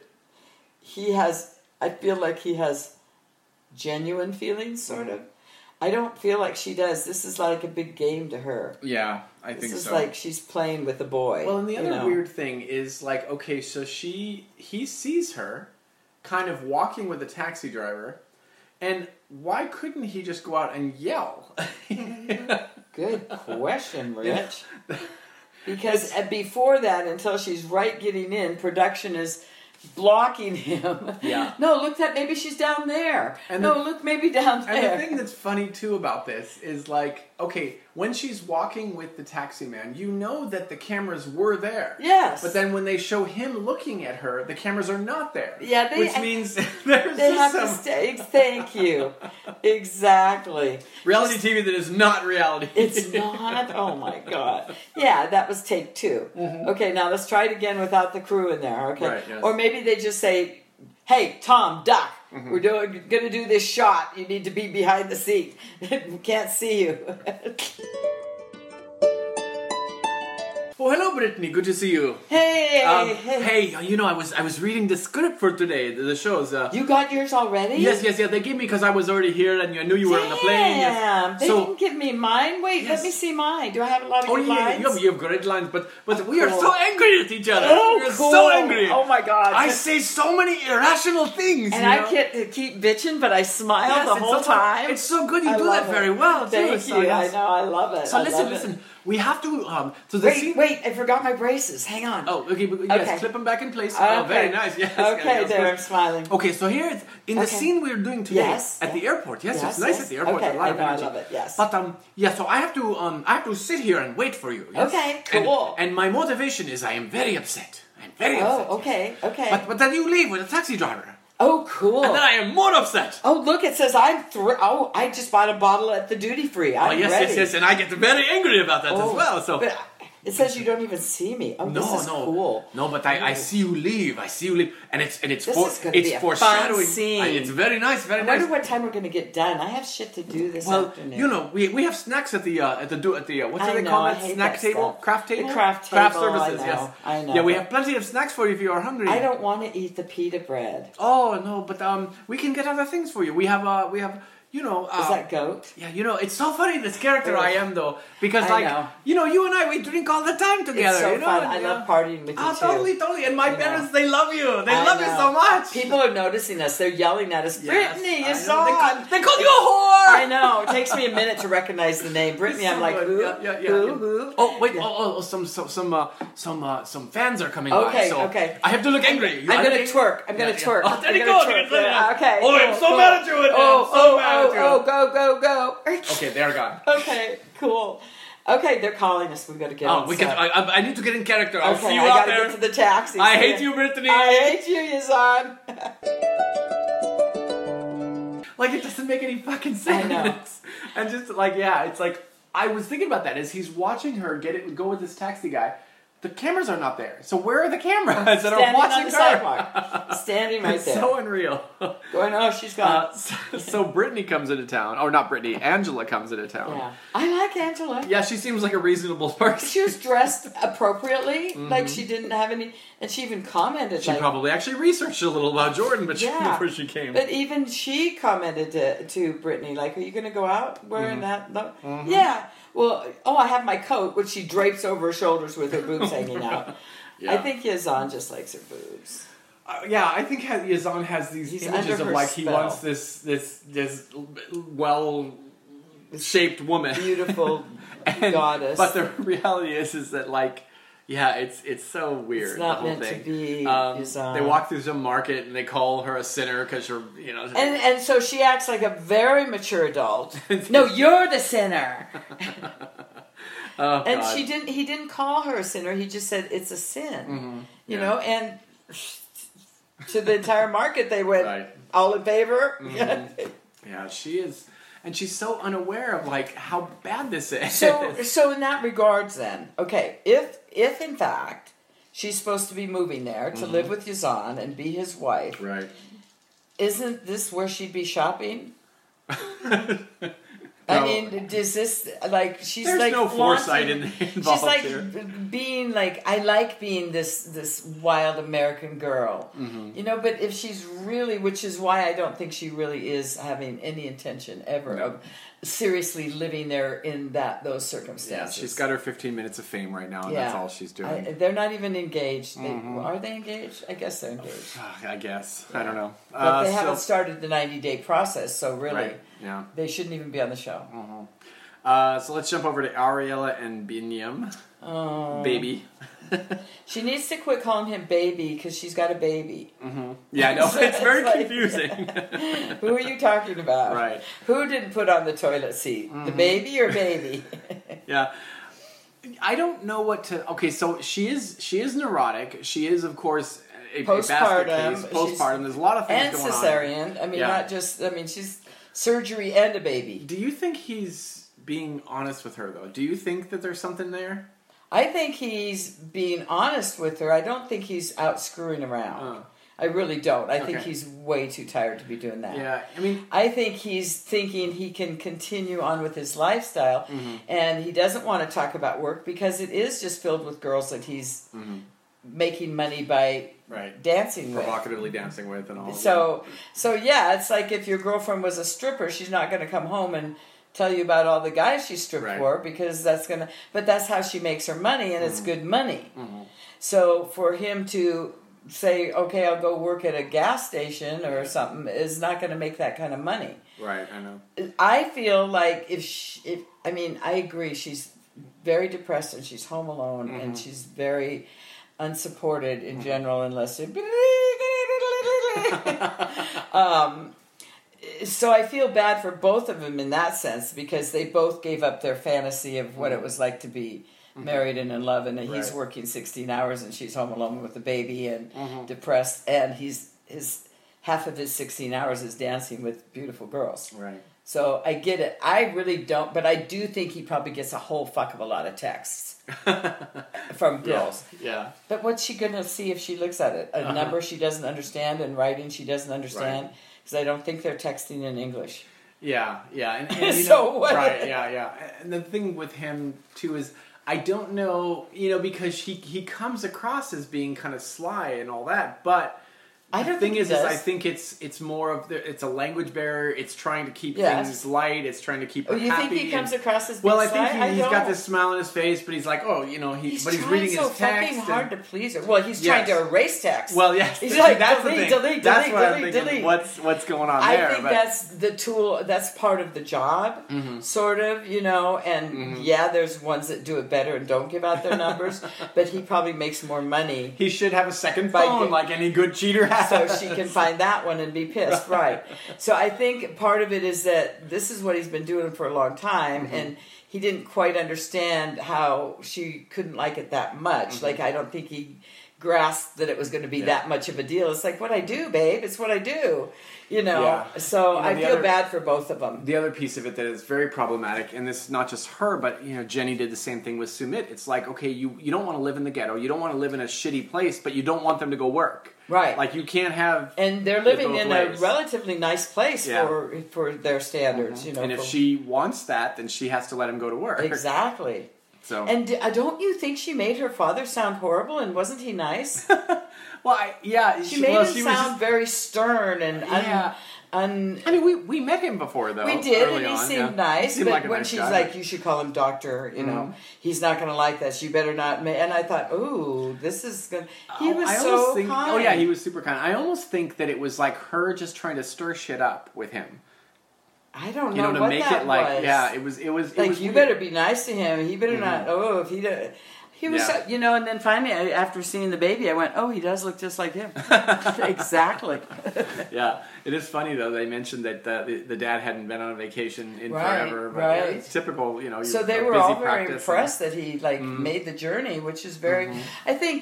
S2: he has. I feel like he has genuine feelings, sort
S1: Mm-hmm.
S2: of. I don't feel like she does. This is like a big game to her.
S1: yeah, I
S2: This
S1: think
S2: is
S1: so.
S2: like she's playing with a boy.
S1: Well, and the
S2: you
S1: other
S2: know?
S1: weird thing is like, okay, so she he sees her kind of walking with a taxi driver, and why couldn't he just go out and yell?
S2: Mm-hmm. Good question, Rich. because uh, before that, until she's right getting in, production is blocking him.
S1: Yeah.
S2: No, look that maybe she's down there.
S1: And
S2: no,
S1: the-
S2: look maybe down
S1: and
S2: there.
S1: the thing that's funny too about this is like, okay, when she's walking with the taxi man, you know that the cameras were there.
S2: Yes.
S1: But then when they show him looking at her, the cameras are not there.
S2: Yeah, they-
S1: which means there's
S2: they
S1: just
S2: have to
S1: some
S2: stay. Thank you. exactly.
S1: reality TV that is not reality.
S2: It's not. Oh my god. Yeah, that was take 2 Okay, now let's try it again without the crew in there.
S1: Mm-hmm.
S2: Okay,
S1: Right, yes.
S2: or maybe they just say, "Hey, Tom, duck.
S1: Mm-hmm.
S2: We're doing going to do this shot. You need to be behind the seat. we can't see you."
S1: Oh, hello, Brittany. Good to see you.
S2: hey,
S1: Um,
S2: hey.
S1: hey, you know, I was I was reading the script for today, the, the shows. Uh,
S2: you got yours already?
S1: yes, yes, yeah. They gave me because I was already here and I knew you were on the plane.
S2: Damn,
S1: Yes.
S2: they
S1: So,
S2: didn't give me mine. Wait,
S1: Yes.
S2: let me see mine. Do I have a lot of
S1: oh
S2: good
S1: yeah, yeah,
S2: lines?
S1: you have, you have great lines, but but we are
S2: Cool.
S1: so angry at each other.
S2: Oh,
S1: we are
S2: cool.
S1: so angry.
S2: Oh my god.
S1: I say so many irrational things.
S2: and
S1: you
S2: I
S1: know?
S2: get to keep bitching, but I smile
S1: Yes,
S2: the
S1: it's
S2: whole
S1: so fun.
S2: time.
S1: It's so good. You
S2: I
S1: do
S2: love
S1: that
S2: it.
S1: very well too.
S2: Thank
S1: so,
S2: you.
S1: yes.
S2: I know. I love it.
S1: So
S2: I
S1: listen,
S2: love it.
S1: listen. We have to. Um, so the
S2: Wait,
S1: scene.
S2: wait! I forgot my braces. Hang on.
S1: Oh, okay. but- Yes,
S2: Okay.
S1: clip them back in place. Oh, very
S2: Okay.
S1: nice. Yes.
S2: Okay,
S1: yes, Oh,
S2: there.
S1: yes.
S2: I'm smiling.
S1: Okay, so here it's in the
S2: Okay.
S1: scene we're doing today
S2: Yes,
S1: at the
S2: yeah.
S1: airport. Yes,
S2: Yes,
S1: it's nice
S2: yes.
S1: at the airport.
S2: Okay,
S1: a lot
S2: I
S1: of
S2: know, I
S1: energy.
S2: love it, yes.
S1: But um, yeah. So I have to um, I have to sit here and wait for you. yes?
S2: Okay,
S1: And-
S2: cool.
S1: And, my motivation is I am very upset. I'm very upset.
S2: Oh, okay, okay.
S1: But but then you leave with a taxi driver,
S2: oh, cool.
S1: and then I am more upset.
S2: oh, look! It says I'm. Thr- oh, I just bought a bottle at the duty free. I'm
S1: oh yes,
S2: ready.
S1: yes, yes, and I get very angry about that
S2: Oh,
S1: as well. So
S2: but It says you don't even see me. Oh,
S1: No,
S2: this is
S1: no,
S2: cool.
S1: no. But I, I see you leave. I see you leave, and it's and it's
S2: This
S1: for,
S2: is gonna
S1: it's
S2: be a fun
S1: foreshadowing.
S2: scene.
S1: I- it's very nice, very
S2: I
S1: nice.
S2: wonder what time we're going to get done. I have shit to do this
S1: well,
S2: afternoon.
S1: you know, we, we have snacks at the uh, at the do at the uh, what do
S2: I
S1: they
S2: know,
S1: call
S2: I
S1: it?
S2: hate
S1: Snack
S2: that
S1: table,
S2: stuff.
S1: craft
S2: The
S1: table,
S2: craft table, I
S1: services.
S2: know,
S1: Yes,
S2: I know,
S1: Yeah, we
S2: but-
S1: have plenty of snacks for you if you are hungry.
S2: I don't want to eat the pita bread.
S1: Oh no, but um, we can get other things for you. We have uh, we have you know. Uh,
S2: Is that goat?
S1: yeah, you know, it's so funny this character I am though, because
S2: I
S1: like
S2: know.
S1: you know, you and I we drink all the time together.
S2: it's so
S1: you know?
S2: fun.
S1: and,
S2: I
S1: yeah.
S2: love partying with you
S1: Oh,
S2: too.
S1: totally, totally. And my
S2: know.
S1: parents, they love you. They
S2: I
S1: love you
S2: know.
S1: so much.
S2: People are noticing us. They're yelling at us.
S1: Yes,
S2: Brittany,
S1: I
S2: it's
S1: know. They
S2: on.
S1: call- They called you a whore.
S2: I know. It takes me a minute to recognize the name Brittany.
S1: So
S2: I'm like,
S1: good.
S2: who?
S1: Yeah, yeah, yeah.
S2: Who? Who?
S1: Oh wait!
S2: Yeah.
S1: Oh, oh, oh, some some some uh, some uh, some fans are coming by.
S2: Okay,
S1: so
S2: okay.
S1: I have to look angry.
S2: I'm
S1: I
S2: gonna
S1: look angry.
S2: twerk. I'm gonna
S1: Yeah, yeah.
S2: twerk.
S1: Oh, there
S2: I'm
S1: you
S2: gonna
S1: go.
S2: twerk.
S1: There you
S2: Yeah,
S1: go.
S2: okay.
S1: Oh, I'm
S2: cool,
S1: so
S2: cool.
S1: mad at you again.
S2: Oh,
S1: So
S2: oh,
S1: mad at you.
S2: oh, oh, go, go, go.
S1: Okay, they're gone.
S2: Okay, cool. Okay, they're calling us. We gotta get.
S1: Oh,
S2: on
S1: we can.
S2: set.
S1: I, I- I need to get in character. I'll
S2: okay,
S1: see you
S2: I
S1: out
S2: gotta
S1: there.
S2: get to the taxi.
S1: I
S2: See
S1: hate
S2: ya.
S1: you, Brittany.
S2: I hate you, Yazan.
S1: like it doesn't make any fucking
S2: I
S1: sense.
S2: know.
S1: And just like yeah, it's like I was thinking about that as he's watching her get it go with this taxi guy. The cameras are not there. So where are the cameras that are
S2: Standing
S1: watching
S2: on the
S1: her?
S2: sidewalk. Standing right
S1: It's
S2: there.
S1: so unreal.
S2: Going, oh, she's gone.
S1: Uh, so, so Brittany comes into town, or not Brittany? Angela comes into town.
S2: yeah. I like Angela.
S1: Yeah, she seems like a reasonable person.
S2: She was dressed appropriately, like she didn't have any, and she even commented.
S1: Mm-hmm. She
S2: like,
S1: probably actually researched a little about Jordan, but she,
S2: Yeah.
S1: before she came.
S2: But even she commented to, to Brittany, like, "Are you going to go out wearing
S1: Mm-hmm.
S2: that?" lo- Yeah. Well, oh, I have my coat, which she drapes over her shoulders with her boobs hanging out. I
S1: Yeah.
S2: think Yazan just likes her boobs.
S1: Uh, yeah, I think ha- Yazan has these
S2: He's
S1: images
S2: under
S1: of
S2: her
S1: like he
S2: spell.
S1: wants this this this well shaped woman,
S2: Beautiful
S1: And-
S2: goddess.
S1: But the reality is, is that like. Yeah, it's it's so weird.
S2: It's not
S1: the whole
S2: meant
S1: thing.
S2: to be,
S1: Um,
S2: Yazan.
S1: they walk through some market and they call her a sinner because you're, you know.
S2: and and so she acts like a very mature adult. no, you're the sinner.
S1: oh,
S2: And
S1: God. Mm-hmm.
S2: she didn't. He didn't call her a sinner. He just said it's a sin. You know, and to the entire market, they went
S1: Right.
S2: all in favor.
S1: Yeah, she is, and she's so unaware of like how bad this is.
S2: so so in that regards then okay if if in fact she's supposed to be moving there to live with yazan and be his wife
S1: right.
S2: isn't this where she'd be shopping i
S1: No.
S2: mean does this like she's
S1: There's
S2: like
S1: no foresight
S2: flaunting-
S1: in involved
S2: she's like
S1: here.
S2: being like i like being this this wild american girl
S1: Mm-hmm.
S2: you know but if she's really which is why i don't think she really is having any intention ever
S1: No.
S2: of seriously living there in that those
S1: Yeah,
S2: circumstances
S1: she's got her 15 minutes of fame right now, and that's all she's doing. Mm-hmm.
S2: I- they're not even engaged. They, Are they engaged? I guess they're engaged.
S1: Ugh, I guess. I don't know.
S2: But they haven't started the 90 day process, so really,
S1: Uh, Right. Mm. Yeah.
S2: they shouldn't even be on the show.
S1: Uh, so let's jump over to Ariella and Binyam.
S2: Oh.
S1: Baby.
S2: She needs to quit calling him baby because she's got a baby.
S1: Yeah, I know. It's very
S2: It's like-
S1: confusing.
S2: Who are you talking about?
S1: Right. Mm-hmm.
S2: Who didn't put on the toilet seat? The baby or baby?
S1: yeah. I don't know what to. Okay, so she is she is neurotic. She is, of course, a, a basket
S2: Postpartum.
S1: case.
S2: She's-
S1: Postpartum. There's a lot of things
S2: and
S1: going on.
S2: cesarean. I mean,
S1: Yeah.
S2: not just, I mean, she's surgery and a baby.
S1: Do you think he's being honest with her though? Do you think that there's something there?
S2: I think he's being honest with her. I don't think he's out screwing around.
S1: Uh.
S2: I really don't. I think
S1: Okay.
S2: he's way too tired to be doing that.
S1: Yeah, I mean,
S2: I think he's thinking he can continue on with his lifestyle and he doesn't want to talk about work because it is just filled with girls that he's making money by
S1: right.
S2: dancing with.
S1: Provocatively dancing with and all. of
S2: So so yeah, it's like if your girlfriend was a stripper, she's not going to come home and tell you about all the guys she stripped
S1: Right.
S2: for because that's going to but that's how she makes her money and it's good money. So for him to say, "Okay, I'll go work at a gas station or something," is not going to make that kind of money.
S1: that. right. I know.
S2: I feel like if she, if I mean, I agree. She's very depressed and she's home alone and she's very unsupported in general, unless it. um, so I feel bad for both of them in that sense because they both gave up their fantasy of what it was like to be married and in love, and he's
S1: Right.
S2: working sixteen hours and she's home alone with a baby and depressed, and he's his half of his sixteen hours is dancing with beautiful girls.
S1: Right.
S2: So I get it. I really don't, but I do think he probably gets a whole fuck of a lot of texts from girls.
S1: yeah. Uh-huh.
S2: But what's she going to see if she looks at it? A number she doesn't understand and writing she doesn't understand? Because I don't think they're texting in English.
S1: Yeah, yeah, and, and you
S2: So
S1: know,
S2: what?
S1: right, yeah, yeah. And the thing with him too is I don't know, you know, because he he comes across as being kind of sly and all that, but
S2: I
S1: the
S2: don't
S1: thing
S2: think
S1: is,
S2: he
S1: is
S2: does.
S1: I think it's it's more of the it's a language barrier. It's trying to keep
S2: Yes.
S1: things light. It's trying to keep.
S2: Oh,
S1: her
S2: you think
S1: happy
S2: he comes
S1: and-
S2: across as
S1: Well, I
S2: being
S1: think
S2: sly? I
S1: he, he's got
S2: don't.
S1: this smile on his face, but he's like, oh, you know, he
S2: He's
S1: but he's
S2: trying
S1: reading
S2: so
S1: his text.
S2: fucking
S1: and-
S2: hard to please her. Well, he's trying
S1: Yes.
S2: to erase text.
S1: well, yes,
S2: He's
S1: see,
S2: like,
S1: that's
S2: delete,
S1: the thing.
S2: delete,
S1: that's
S2: delete,
S1: what I'm
S2: delete,
S1: thinking.
S2: delete.
S1: What's what's going on
S2: I
S1: there?
S2: think
S1: but- Mm-hmm.
S2: that's the tool. That's part of the job, sort of, you know. And yeah, there's ones that do it better and don't give out their numbers, but he probably makes more money,
S1: he should have a second
S2: By
S1: phone
S2: the-
S1: like any good cheater has.
S2: so she can find that one and be pissed, right? So I think part of it is that this is what he's been doing for a long time,
S1: Mm-hmm.
S2: and he didn't quite understand how she couldn't like it that much. Like I don't think he grasped that it was going to be
S1: Mm-hmm. Yeah.
S2: that much of a deal. It's like what I do, babe. It's what I do, you know.
S1: Yeah. You
S2: So
S1: know,
S2: I
S1: the
S2: feel
S1: other-
S2: bad for both of them.
S1: the other piece of it that is very problematic, and this is not just her, but you know, Jenny did the same thing with Sumit. It's like, okay, you, you don't want to live in the ghetto, you don't want to live in a shitty place, but you don't want them to go work.
S2: Right.
S1: Like you can't have
S2: and they're
S1: it
S2: living
S1: both
S2: in
S1: ways.
S2: a relatively nice place
S1: Yeah. Mm-hmm.
S2: for for their standards, you know.
S1: and if
S2: for-
S1: she wants that, then she has to let him go to work.
S2: exactly.
S1: So
S2: And d- uh, don't you think she made her father sound horrible? And wasn't he nice?
S1: well, I, yeah,
S2: She made
S1: well,
S2: him
S1: she was
S2: sound
S1: just-
S2: very stern and un.
S1: Yeah.
S2: un-
S1: I mean, we, we met him before though.
S2: we did,
S1: early
S2: and he
S1: on,
S2: seemed
S1: yeah.
S2: nice.
S1: Seemed
S2: but
S1: like a
S2: when
S1: nice
S2: she's
S1: guy. Mm-hmm.
S2: like, "You should call him doctor," you know, he's not going to like this. You better not. Ma-. And I thought, "Ooh, this is going." to... He was
S1: Oh, I almost
S2: so
S1: think,
S2: kind.
S1: Oh yeah, he was super kind. I almost think that it was like her just trying to stir shit up with him.
S2: I don't
S1: You
S2: know,
S1: know, to
S2: what
S1: make
S2: that
S1: it like
S2: was.
S1: yeah, it was it was it
S2: like
S1: was
S2: you
S1: weird. Mm-hmm.
S2: better be nice to him. He better not. Oh, if he does, he was,
S1: Yeah.
S2: so, you know. And then finally, I, after seeing the baby, I went, oh, he does look just like him. exactly.
S1: Yeah, it is funny though. They mentioned that uh, the, the dad hadn't been on a vacation in
S2: Right,
S1: forever. But yeah,
S2: right.
S1: it's typical, you know. you-
S2: So they
S1: a
S2: were
S1: busy Mm-hmm.
S2: all very
S1: practice
S2: impressed that he like made the journey, which is very.
S1: Mm-hmm.
S2: I think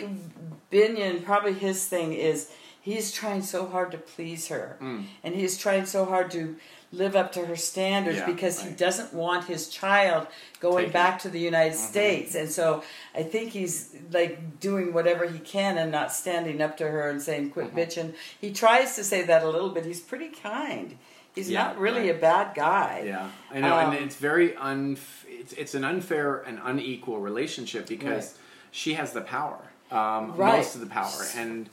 S2: Binion probably his thing is he's trying so hard to please her,
S1: Mm.
S2: and he's trying so hard to live up to her standards
S1: Yeah,
S2: because he
S1: right.
S2: doesn't want his child going
S1: Taken. Mm-hmm.
S2: back to the United States, and so I think he's like doing whatever he can and not standing up to her and saying "quit
S1: Mm-hmm.
S2: bitching." He tries to say that a little bit. He's pretty kind. He's
S1: Yeah,
S2: not really
S1: right.
S2: a bad guy.
S1: And, yeah, I know,
S2: Um,
S1: and it's very un. It's, it's an unfair and unequal relationship because
S2: Right.
S1: she has the power, um,
S2: Right.
S1: most of the power, and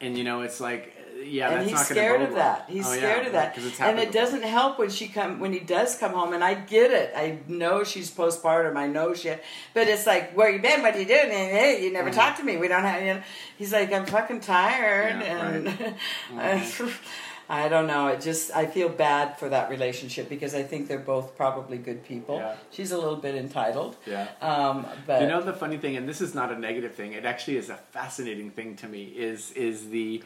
S1: and you know it's like uh, yeah,
S2: and
S1: that's
S2: he's
S1: not going to
S2: scared of that.
S1: Oh,
S2: He's scared of that,
S1: because it's
S2: and
S1: happened
S2: it
S1: before.
S2: doesn't help when she come when he does come home. And I get it. I know she's postpartum. I know she, but it's like, where you been? What you doing? And, hey, you
S1: Mm-hmm.
S2: never talk to me. We don't have. You know. He's like, I'm fucking tired,
S1: Yeah, Mm-hmm.
S2: and I don't know. It just I feel bad for that relationship because I think they're both probably good people.
S1: Yeah.
S2: She's a little bit entitled.
S1: Yeah.
S2: Um, but
S1: You know the funny thing, and this is not a negative thing. It actually is a fascinating thing to me. Is is the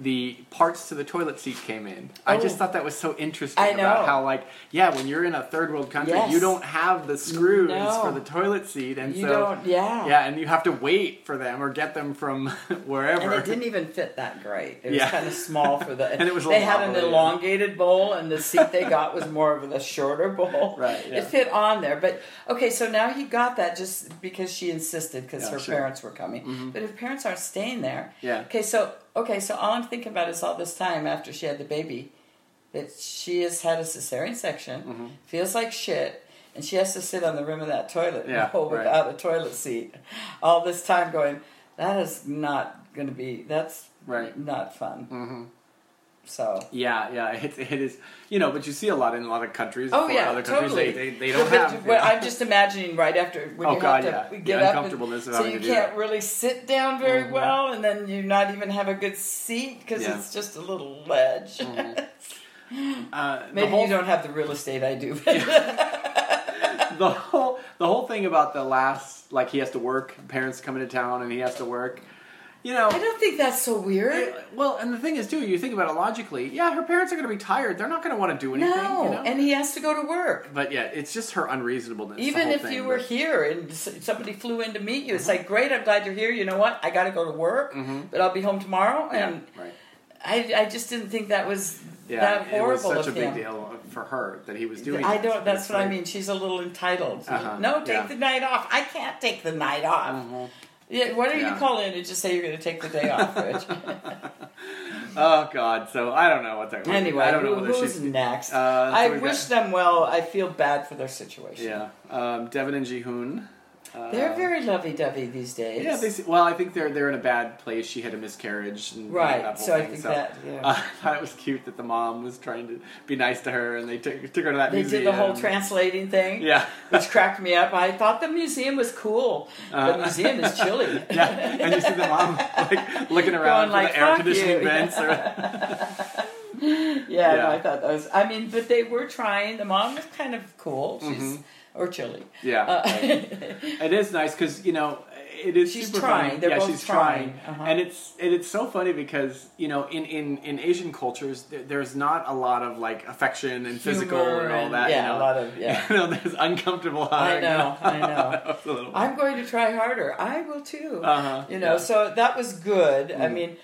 S1: the parts to the toilet seat came in. I just
S2: Oh.
S1: thought that was so interesting
S2: I know.
S1: about how like yeah, when you're in a third world country,
S2: Yes.
S1: you don't have the screws
S2: No.
S1: for the toilet seat, and
S2: You
S1: so
S2: don't- yeah.
S1: yeah, and you have to wait for them or get them from wherever.
S2: And it didn't even fit that great. It was
S1: Yeah.
S2: kind of small for the.
S1: And it was a
S2: they
S1: little
S2: had an
S1: wobbly.
S2: elongated bowl, and the seat they got was more of the shorter bowl.
S1: Right, yeah.
S2: It fit on there, but okay. So now he got that just because she insisted, because
S1: Yeah,
S2: her
S1: sure. Mm-hmm.
S2: parents were coming. But if parents aren't staying there,
S1: Yeah.
S2: Okay, so okay, so all I'm thinking about is all this time after she had the baby, that she has had a cesarean section,
S1: Mm-hmm.
S2: feels like shit. And she has to sit on the rim of that toilet
S1: Yeah,
S2: bowl
S1: right.
S2: without a toilet seat all this time going, that is not going to be, that's
S1: Right. Mm-hmm.
S2: not fun. So.
S1: yeah, yeah, it, it is. You know, but you see a lot in a lot of countries.
S2: Oh
S1: for
S2: yeah,
S1: other countries
S2: totally.
S1: they, they, they
S2: But-
S1: don't
S2: but
S1: have. you
S2: what
S1: know.
S2: I'm just imagining right after when
S1: Oh,
S2: you
S1: God,
S2: have to
S1: yeah.
S2: get
S1: The
S2: up,
S1: uncomfortableness of
S2: so
S1: having
S2: you
S1: to do
S2: can't
S1: that. Mm-hmm.
S2: really sit down very well, and then you not even have a good seat because
S1: Yeah.
S2: it's just a little ledge.
S1: Uh, the
S2: Maybe
S1: whole
S2: you don't have the real estate I do.
S1: the whole the whole thing about the last like he has to work parents come into town and he has to work you know
S2: I don't think that's so weird.
S1: well and the thing is too you think about it logically yeah her parents are going to be tired they're not going to want to do anything
S2: No,
S1: you know?
S2: and he has to go to work.
S1: but yeah it's just her unreasonableness the
S2: Even
S1: whole
S2: if
S1: thing,
S2: you were
S1: but-
S2: here and s- somebody flew in to meet you, it's like, great, I'm glad you're here. You know what? I got to go to work, but I'll be home tomorrow.
S1: Mm-hmm. yeah,
S2: And
S1: right
S2: I, I just didn't think that was
S1: Yeah,
S2: that
S1: it was
S2: horrible
S1: such a
S2: of
S1: big
S2: him.
S1: deal for her that he was doing.
S2: I
S1: it.
S2: don't. That's
S1: It's
S2: what I
S1: like-
S2: mean. She's a little entitled.
S1: Uh-huh,
S2: No, take
S1: yeah. Mm.
S2: the night off. I can't take the night off.
S1: Uh-huh.
S2: Yeah, why don't
S1: Yeah.
S2: you call in and just say you're going to take the day off, Rich?
S1: Oh God! So I don't know what that.
S2: anyway,
S1: I don't know
S2: who-
S1: whether
S2: who's
S1: she's.
S2: next?
S1: Uh, so
S2: I
S1: we've got-
S2: wish them well. I feel bad for their situation.
S1: Yeah, um, Devin and Jihoon. Uh,
S2: They're very lovey-dovey these days.
S1: Yeah, they, se- well, I think they're they're in a bad place. She had a miscarriage, and That
S2: right.
S1: whole
S2: So I
S1: thing,
S2: think
S1: so,
S2: that yeah.
S1: Uh, I thought it was cute that the mom was trying to be nice to her, and they took took her to that.
S2: they
S1: museum.
S2: did the whole translating thing,
S1: Yeah,
S2: which cracked me up. I thought the museum was cool.
S1: Uh,
S2: the museum is chilly.
S1: yeah, and you see the mom like looking around
S2: Going
S1: for
S2: like,
S1: the air
S2: "Fuck
S1: conditioning
S2: you."
S1: vents. Or,
S2: Yeah,
S1: Yeah.
S2: No, I thought that was. I mean, but they were trying. The mom was kind of cool. She's or chilly.
S1: yeah,
S2: Uh,
S1: Mm-hmm. right. it is nice because you know it is.
S2: She's
S1: super
S2: trying.
S1: Funny.
S2: They're
S1: yeah,
S2: both
S1: she's
S2: trying. Uh-huh.
S1: and it's and it's so funny because you know in in in Asian cultures there, there's not a lot of like affection and physical
S2: humor
S1: and all that. you
S2: Yeah,
S1: know?
S2: a lot of yeah.
S1: you know, there's uncomfortable hugging.
S2: I know, I know.
S1: It's a little-
S2: I'm going to try harder. I will too.
S1: Uh-huh,
S2: You know,
S1: yeah. Mm-hmm.
S2: so that was good. I mean,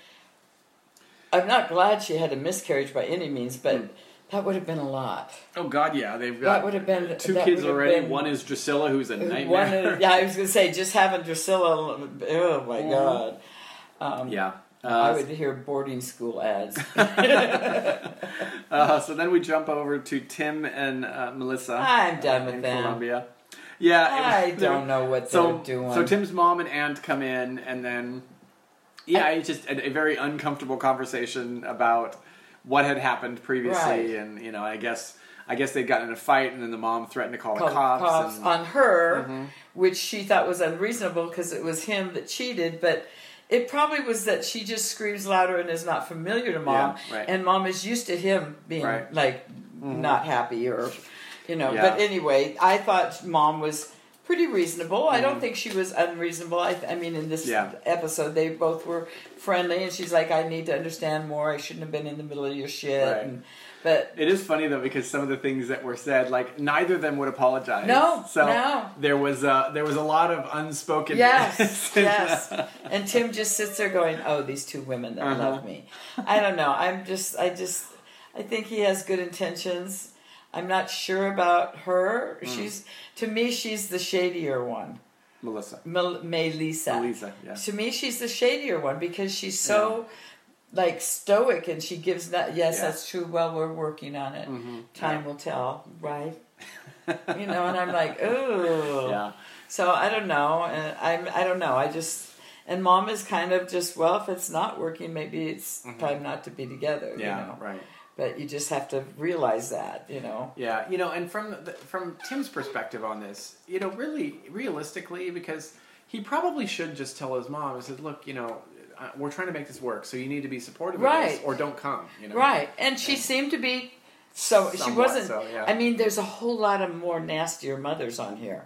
S2: I'm not glad she had a miscarriage by any means, but that would have been a lot.
S1: oh God, Mm. yeah, they've
S2: That
S1: got
S2: would have been
S1: two
S2: that
S1: kids
S2: would have
S1: already.
S2: been-
S1: One is Drusilla, who's a nightmare.
S2: One is- yeah, I was going to say just having Drusilla. Oh my God. Um,
S1: Mm-hmm. yeah.
S2: I
S1: Uh,
S2: would hear boarding school ads.
S1: uh, so then we jump over to Tim and uh, Melissa.
S2: I'm done
S1: uh,
S2: with
S1: in
S2: them.
S1: Colombia. Yeah,
S2: I
S1: it was- they were-
S2: don't know what
S1: So,
S2: they're doing.
S1: so Tim's mom and aunt come in, and then yeah, it's just a, a very uncomfortable conversation about what had happened previously,
S2: Right.
S1: and you know, I guess I guess they'd gotten in a fight, and then the mom threatened to call,
S2: called
S1: the cops. and, Mm-hmm.
S2: on her, which she thought was unreasonable because it was him that cheated, but it probably was that she just screams louder and is not familiar to mom,
S1: Yeah, right.
S2: and mom is used to him being
S1: Right. Mm-hmm.
S2: like not happy or you know. But
S1: Yeah.
S2: anyway, I thought mom was pretty reasonable. I don't think she was unreasonable. I, th- I mean, in this
S1: Mm-hmm. Yeah.
S2: episode, they both were friendly, and she's like, "I need to understand more. I shouldn't have been in the middle of your shit."
S1: Right.
S2: And, but
S1: It is funny though because some of the things that were said, like neither of them would apologize.
S2: No,
S1: so
S2: no.
S1: there was a, there was a lot of unspoken.
S2: Yes, yes. And Tim just sits there going, "Oh, these two women that
S1: Uh-huh.
S2: love me." I don't know. I'm just, I just, I think he has good intentions. I'm not sure about her.
S1: Hmm.
S2: She's to me, she's the shadier one,
S1: Melissa,
S2: Mel- Melissa.
S1: Melissa, yeah,
S2: To me, she's the shadier one because she's so. Like stoic, and she gives that. Yes,
S1: Yeah. Mm-hmm.
S2: that's true. Well, we're working on it. Time will tell, right? you know, and I'm like, ooh,
S1: yeah,
S2: so I don't know, and I'm I don't know. I just and mom is kind of just well, if it's not working, maybe it's time not to be together.
S1: yeah,
S2: you know?
S1: right,
S2: But you just have to realize that, you know.
S1: yeah. You know, and from the, from Tim's perspective on this, you know, really realistically, because he probably should just tell his mom. He said, "Look, you know, uh, we're trying to make this work, so you need to be supportive of this,
S2: Right.
S1: or don't come." You know,
S2: Right, and she seemed to be so. she
S1: Somewhat
S2: wasn't.
S1: so, yeah.
S2: I mean, there's a whole lot of more nastier mothers on here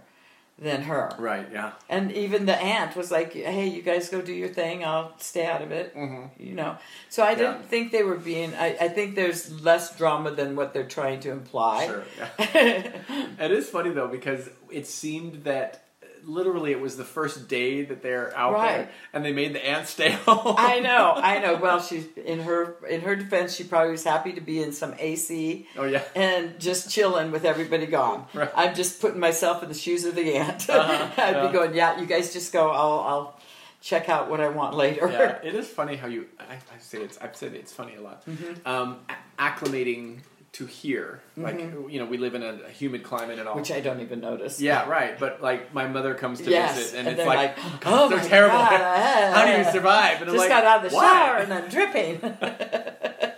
S2: than her.
S1: right, yeah,
S2: And even the aunt was like, "Hey, you guys go do your thing. I'll stay out of it." Mm-hmm. You know. So I didn't think they were being. I, I think there's less drama than what they're trying to imply.
S1: sure, yeah. It is funny though because it seemed that literally it was the first day that they're out there
S2: Right.
S1: and they made the ant stay home.
S2: I know, I know. Well, she's in her in her defense, she probably was happy to be in some AC
S1: Oh yeah.
S2: and just chilling with everybody gone.
S1: Right. Uh-huh,
S2: I'm just putting myself in the shoes of the ant. I'd
S1: yeah.
S2: be going, yeah, you guys just go. I'll I'll check out what I want later.
S1: Yeah, it is funny how you. I, I say it's. I've said it's funny a lot.
S2: Mm-hmm.
S1: Um, a- acclimating to here, like you know, we live in a, a humid climate and all.
S2: Which I don't even notice.
S1: yeah, right. But like, my mother comes to
S2: Yes,
S1: visit, and,
S2: and
S1: it's
S2: they're
S1: like,
S2: like, "Oh
S1: they're
S2: my
S1: terrible.
S2: God,
S1: how do you
S2: uh,
S1: survive?" And
S2: Just
S1: I'm like,
S2: got out of the
S1: "Why?"
S2: shower and I'm dripping.
S1: Yeah,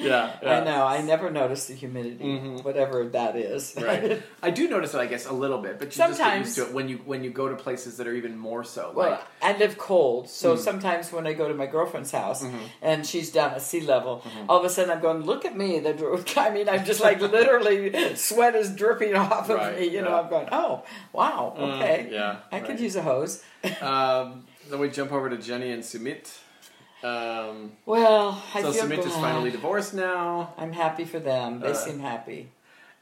S1: yeah. Mm-hmm.
S2: I know. I never notice the humidity, whatever that is.
S1: Right. I do notice it, I guess, a little bit, but you just get used
S2: Sometimes.
S1: to it when you when you go to places that are even more so.
S2: Well,
S1: like, Mm.
S2: I live cold, so sometimes when I go to my girlfriend's house
S1: Mm-hmm.
S2: and she's down at sea level, all of a sudden I'm going, "Look at me!" The dro- I mean, I'm just like literally sweat is dripping off of
S1: Right,
S2: me. You know,
S1: yeah.
S2: I'm going, "Oh, wow,
S1: Mm,
S2: okay,
S1: yeah,
S2: I could
S1: right.
S2: use a hose."
S1: Um, then we jump over to Jenny and Sumit. Um,
S2: Well, I
S1: so
S2: feel
S1: Sumit
S2: glad.
S1: is finally divorced now.
S2: I'm happy for them. They
S1: Uh,
S2: seem happy.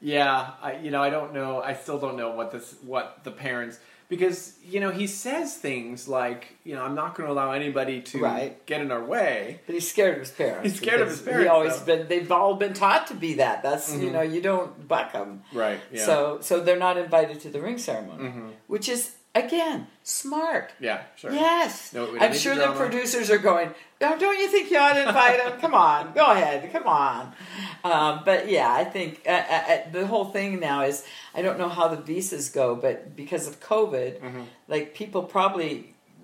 S1: Yeah, I, you know, I don't know. I still don't know what this, what the parents. because you know he says things like, you know, I'm not going to allow anybody to
S2: Right.
S1: get in our way.
S2: But he's scared of his parents.
S1: He's scared of
S2: because
S1: his parents,
S2: He always
S1: though.
S2: been. They've all been taught to be that. That's you know you don't buck them.
S1: Right. Yeah. Mm-hmm.
S2: So so they're not invited to the ring ceremony, which is again smart.
S1: yeah. Sure.
S2: Yes,
S1: No, we don't
S2: I'm
S1: need the
S2: sure the
S1: drama.
S2: producers are going. "Oh, don't you think you ought to invite him? Come on, go ahead, come on. Um, but yeah, I think uh, uh, uh, the whole thing now is I don't know how the visas go, but because of COVID,
S1: Mm-hmm.
S2: like people probably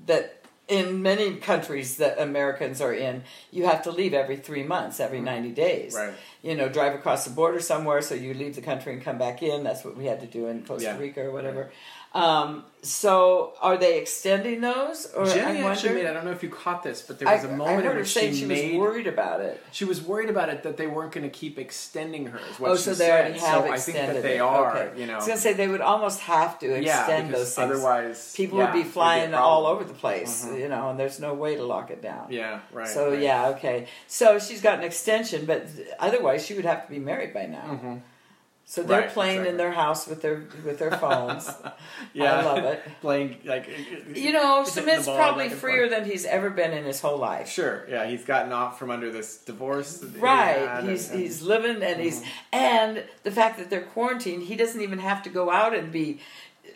S2: that in many countries that Americans are in, you have to leave every three months, every ninety days.
S1: Mm-hmm. Right.
S2: You know, drive across the border somewhere, so you leave the country and come back in. That's what we had to do in Costa
S1: Yeah.
S2: Rica or whatever. Um, so are they extending those? Or
S1: Jenny
S2: I
S1: actually
S2: wonder.
S1: made. I don't know if you caught this, but there
S2: I,
S1: was a moment
S2: I
S1: in
S2: heard her
S1: which
S2: saying
S1: she,
S2: she
S1: made.
S2: was worried about it.
S1: She was worried about it that they weren't going to keep extending her. Is what
S2: oh,
S1: she
S2: so they
S1: said.
S2: already have
S1: so
S2: extended.
S1: I think that they
S2: it.
S1: are.
S2: Okay.
S1: You know.
S2: I was gonna say they would almost have to extend
S1: yeah. because
S2: those things.
S1: otherwise,
S2: people
S1: yeah,
S2: would
S1: it'd
S2: be
S1: a
S2: flying
S1: problem.
S2: all over the place, you know, and there's no way to lock it down.
S1: Mm-hmm. Yeah. Right.
S2: so
S1: right.
S2: yeah, okay. So she's got an extension, but otherwise she would have to be married by now.
S1: Mhm.
S2: So they're
S1: Right,
S2: playing in
S1: exactly.
S2: their house with their with their phones.
S1: Yeah.
S2: I love it.
S1: Playing like
S2: you know,
S1: hitting the
S2: Sumit's
S1: ball
S2: probably
S1: back and
S2: freer than he's ever been in his whole life.
S1: Sure. Yeah, he's gotten off from under this divorce. that he
S2: Right.
S1: had and-
S2: He's
S1: and-
S2: he's living and he's
S1: Mm-hmm.
S2: and the fact that they're quarantined, he doesn't even have to go out and be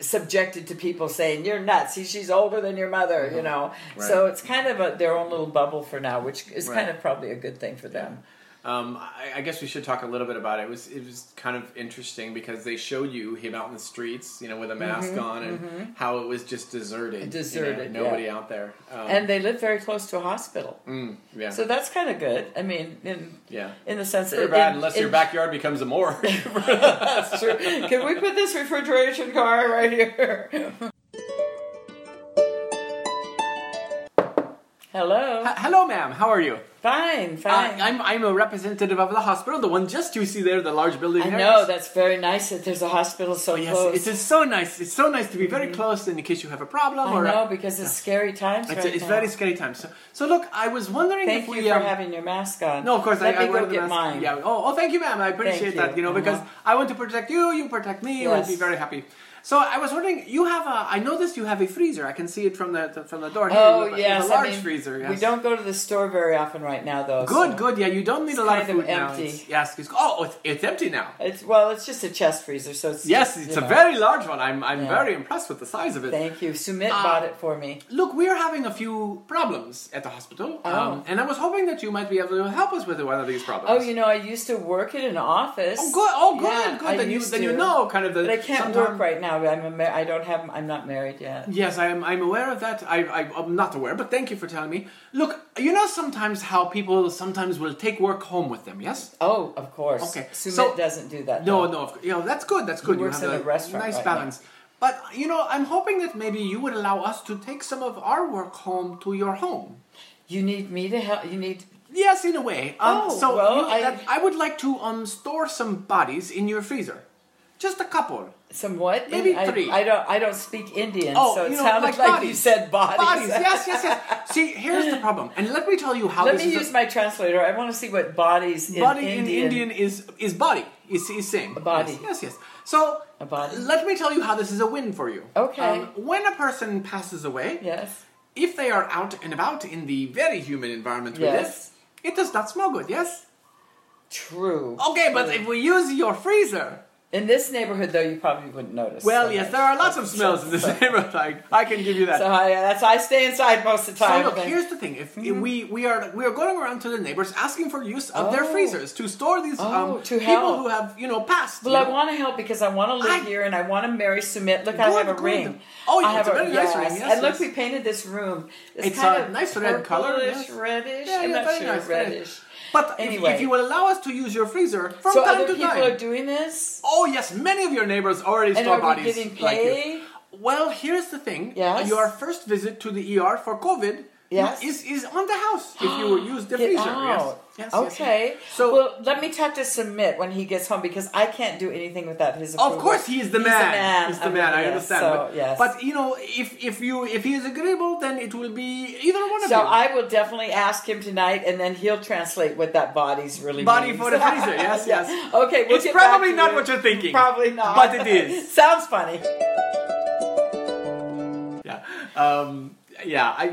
S2: subjected to people saying you're nuts. He, she's older than your mother, you know.
S1: Mm-hmm. Right.
S2: So it's kind of a, their own little bubble for now, which is kind
S1: Right.
S2: of probably a good thing for them.
S1: um, I, I guess we should talk a little bit about it. It was it was kind of interesting because they showed you him out in the streets, you know, with a mask on, and how it was just deserted, you know,
S2: Mm-hmm, Deserted,
S1: nobody
S2: yeah.
S1: out there. Um,
S2: And they live very close to a hospital,
S1: mm, yeah,
S2: so that's kind of good. I mean, in
S1: yeah.
S2: in the sense
S1: Pretty
S2: that
S1: bad
S2: in-
S1: unless
S2: in-
S1: your backyard becomes a morgue.
S2: That's true. Can we put this refrigeration car right here? Hello.
S1: Hello, ma'am. How are you?
S2: Fine,
S1: Uh,
S2: fine.
S1: I'm I'm a representative of the hospital, the one just you see there, the large building.
S2: I
S1: there.
S2: know that's very nice that there's a hospital so
S1: Oh, Yes,
S2: close. Mm-hmm.
S1: it is so nice. It's so nice to be very close, and in case you have a problem
S2: I
S1: or a-
S2: know because it's scary times
S1: It's,
S2: right
S1: it's
S2: now.
S1: very scary time. So, so look, I was wondering
S2: Thank
S1: if
S2: you
S1: we.
S2: for
S1: um,
S2: having your mask on.
S1: no, of course,
S2: Let
S1: I, I
S2: me
S1: wanted
S2: go
S1: to
S2: get
S1: ask-
S2: mine.
S1: Yeah. Oh, oh, thank you, ma'am. I appreciate
S2: you.
S1: that. You know, because
S2: Uh-huh.
S1: I want to protect you, you protect me.
S2: Yes.
S1: We'll be very happy. So I was wondering, you have a. I noticed you have a freezer. I can see it from the, the- from the door. Here,
S2: Oh
S1: you have a- you have
S2: yes,
S1: a large
S2: I mean,
S1: freezer. Yes.
S2: We don't go to the store very often right now, though.
S1: Good,
S2: so-
S1: good. Yeah, you don't need a lot
S2: kind
S1: of
S2: of
S1: food now.
S2: empty.
S1: It's- Yes. It's, oh, it's, it's empty now.
S2: It's well, it's just a chest freezer, so it's
S1: Yes,
S2: just,
S1: it's
S2: you
S1: a
S2: know.
S1: very large one. I'm I'm
S2: Yeah.
S1: very impressed with the size of it.
S2: Thank you. Sumit
S1: Uh,
S2: bought it for me.
S1: Look, we are having a few problems at the hospital,
S2: Oh.
S1: um, and I was hoping that you might be able to help us with one of these problems.
S2: Oh, you know, I used to work in an office.
S1: Oh, good. Oh, good.
S2: Yeah,
S1: good.
S2: I
S1: then you
S2: used
S1: then you
S2: to.
S1: know kind of the.
S2: But I can't
S1: sometime-
S2: work right now. I'm a ma- I don't have. I'm not married yet.
S1: Yes, I'm. I'm aware of that. I, I, I'm not aware, but thank you for telling me. Look, you know sometimes how people sometimes will take work home with them. Yes.
S2: Oh, of course.
S1: Okay,
S2: Sumit
S1: so-
S2: doesn't do that.
S1: No,
S2: though.
S1: no. Of, you know, that's good. That's good.
S2: works
S1: you have
S2: in a restaurant
S1: nice
S2: right
S1: balance. But you know, I'm hoping that maybe you would allow us to take some of our work home to your home.
S2: You need me to help. You need.
S1: Yes, in a way. Um,
S2: Oh,
S1: so
S2: well,
S1: you-
S2: I-
S1: that- I would like to um, store some bodies in your freezer, just a couple.
S2: Some what?
S1: Maybe
S2: I,
S1: three.
S2: I don't. I don't speak Indian,
S1: Oh,
S2: so it
S1: you know,
S2: sounded
S1: like
S2: you
S1: bodies.
S2: said bodies.
S1: bodies. Yes, yes, yes. See, here's the problem, and let me tell you how
S2: Let
S1: this
S2: me
S1: is.
S2: use my translator. I want to see what bodies in
S1: body
S2: Indian.
S1: in Indian is is body. Is is saying a
S2: body.
S1: Yes, yes. yes. So
S2: A body.
S1: let me tell you how this is a win for you. Um,
S2: Okay.
S1: when a person passes away,
S2: Yes.
S1: if they are out and about in the very humid environment we
S2: Yes.
S1: live, it does not smell good. Yes.
S2: True.
S1: Okay, but if we use your freezer,
S2: In this neighborhood, though, you probably wouldn't notice.
S1: well,
S2: so
S1: yes,
S2: much.
S1: there are lots of smells in this neighborhood. I, I can give you that.
S2: So I, that's I stay inside most of the
S1: So
S2: time.
S1: look,
S2: then.
S1: here's the thing: if
S2: Mm-hmm.
S1: we we are we are going around to the neighbors asking for use of their
S2: Oh.
S1: freezers to store these
S2: Oh,
S1: um,
S2: to
S1: people
S2: help.
S1: who have you know passed.
S2: Well,
S1: you
S2: I
S1: know.
S2: want to help because I want to live
S1: I-
S2: here and I want to marry Sumit. Look, I
S1: Good,
S2: have a
S1: good.
S2: ring.
S1: Oh,
S2: I
S1: yeah,
S2: have
S1: it's a very nice ring. Yes,
S2: and look,
S1: yes.
S2: we painted this room. It's,
S1: It's
S2: kind
S1: a
S2: of
S1: nice red color,
S2: purplish,
S1: yes.
S2: reddish.
S1: Yeah,
S2: I'm
S1: yeah,
S2: not
S1: very
S2: sure
S1: nice, very
S2: reddish.
S1: But if-
S2: Anyway.
S1: if, you will allow us to use your freezer from
S2: So
S1: time
S2: other
S1: to
S2: people
S1: time.
S2: are doing this,
S1: oh yes, many of your neighbors already
S2: and
S1: store
S2: are we
S1: bodies
S2: getting
S1: like you.
S2: paid?
S1: Well, here's the thing:
S2: Yes?
S1: your first visit to the ER for COVID
S2: Yes.
S1: is is on the house if you will use the
S2: Get
S1: freezer. Yes.
S2: out.
S1: Yes, yes, yes.
S2: okay.
S1: So-
S2: well, let me talk to Submit when he gets home because I can't do anything without his approval.
S1: Of course, he is the
S2: He's
S1: man.
S2: man.
S1: He's the
S2: I'm-
S1: man. I
S2: yes,
S1: understand.
S2: So,
S1: but,
S2: yes.
S1: but, you know, if if you if he is agreeable, then it will be either one of
S2: So
S1: you.
S2: I will definitely ask him tonight, and then he'll translate what that body's really
S1: Body
S2: means.
S1: for the freezer. Yes,
S2: Yeah.
S1: yes.
S2: Okay, we'll
S1: it's
S2: get back
S1: probably
S2: to
S1: not
S2: you.
S1: what you're thinking.
S2: Probably not,
S1: but it is.
S2: Sounds funny.
S1: yeah. Um, yeah, I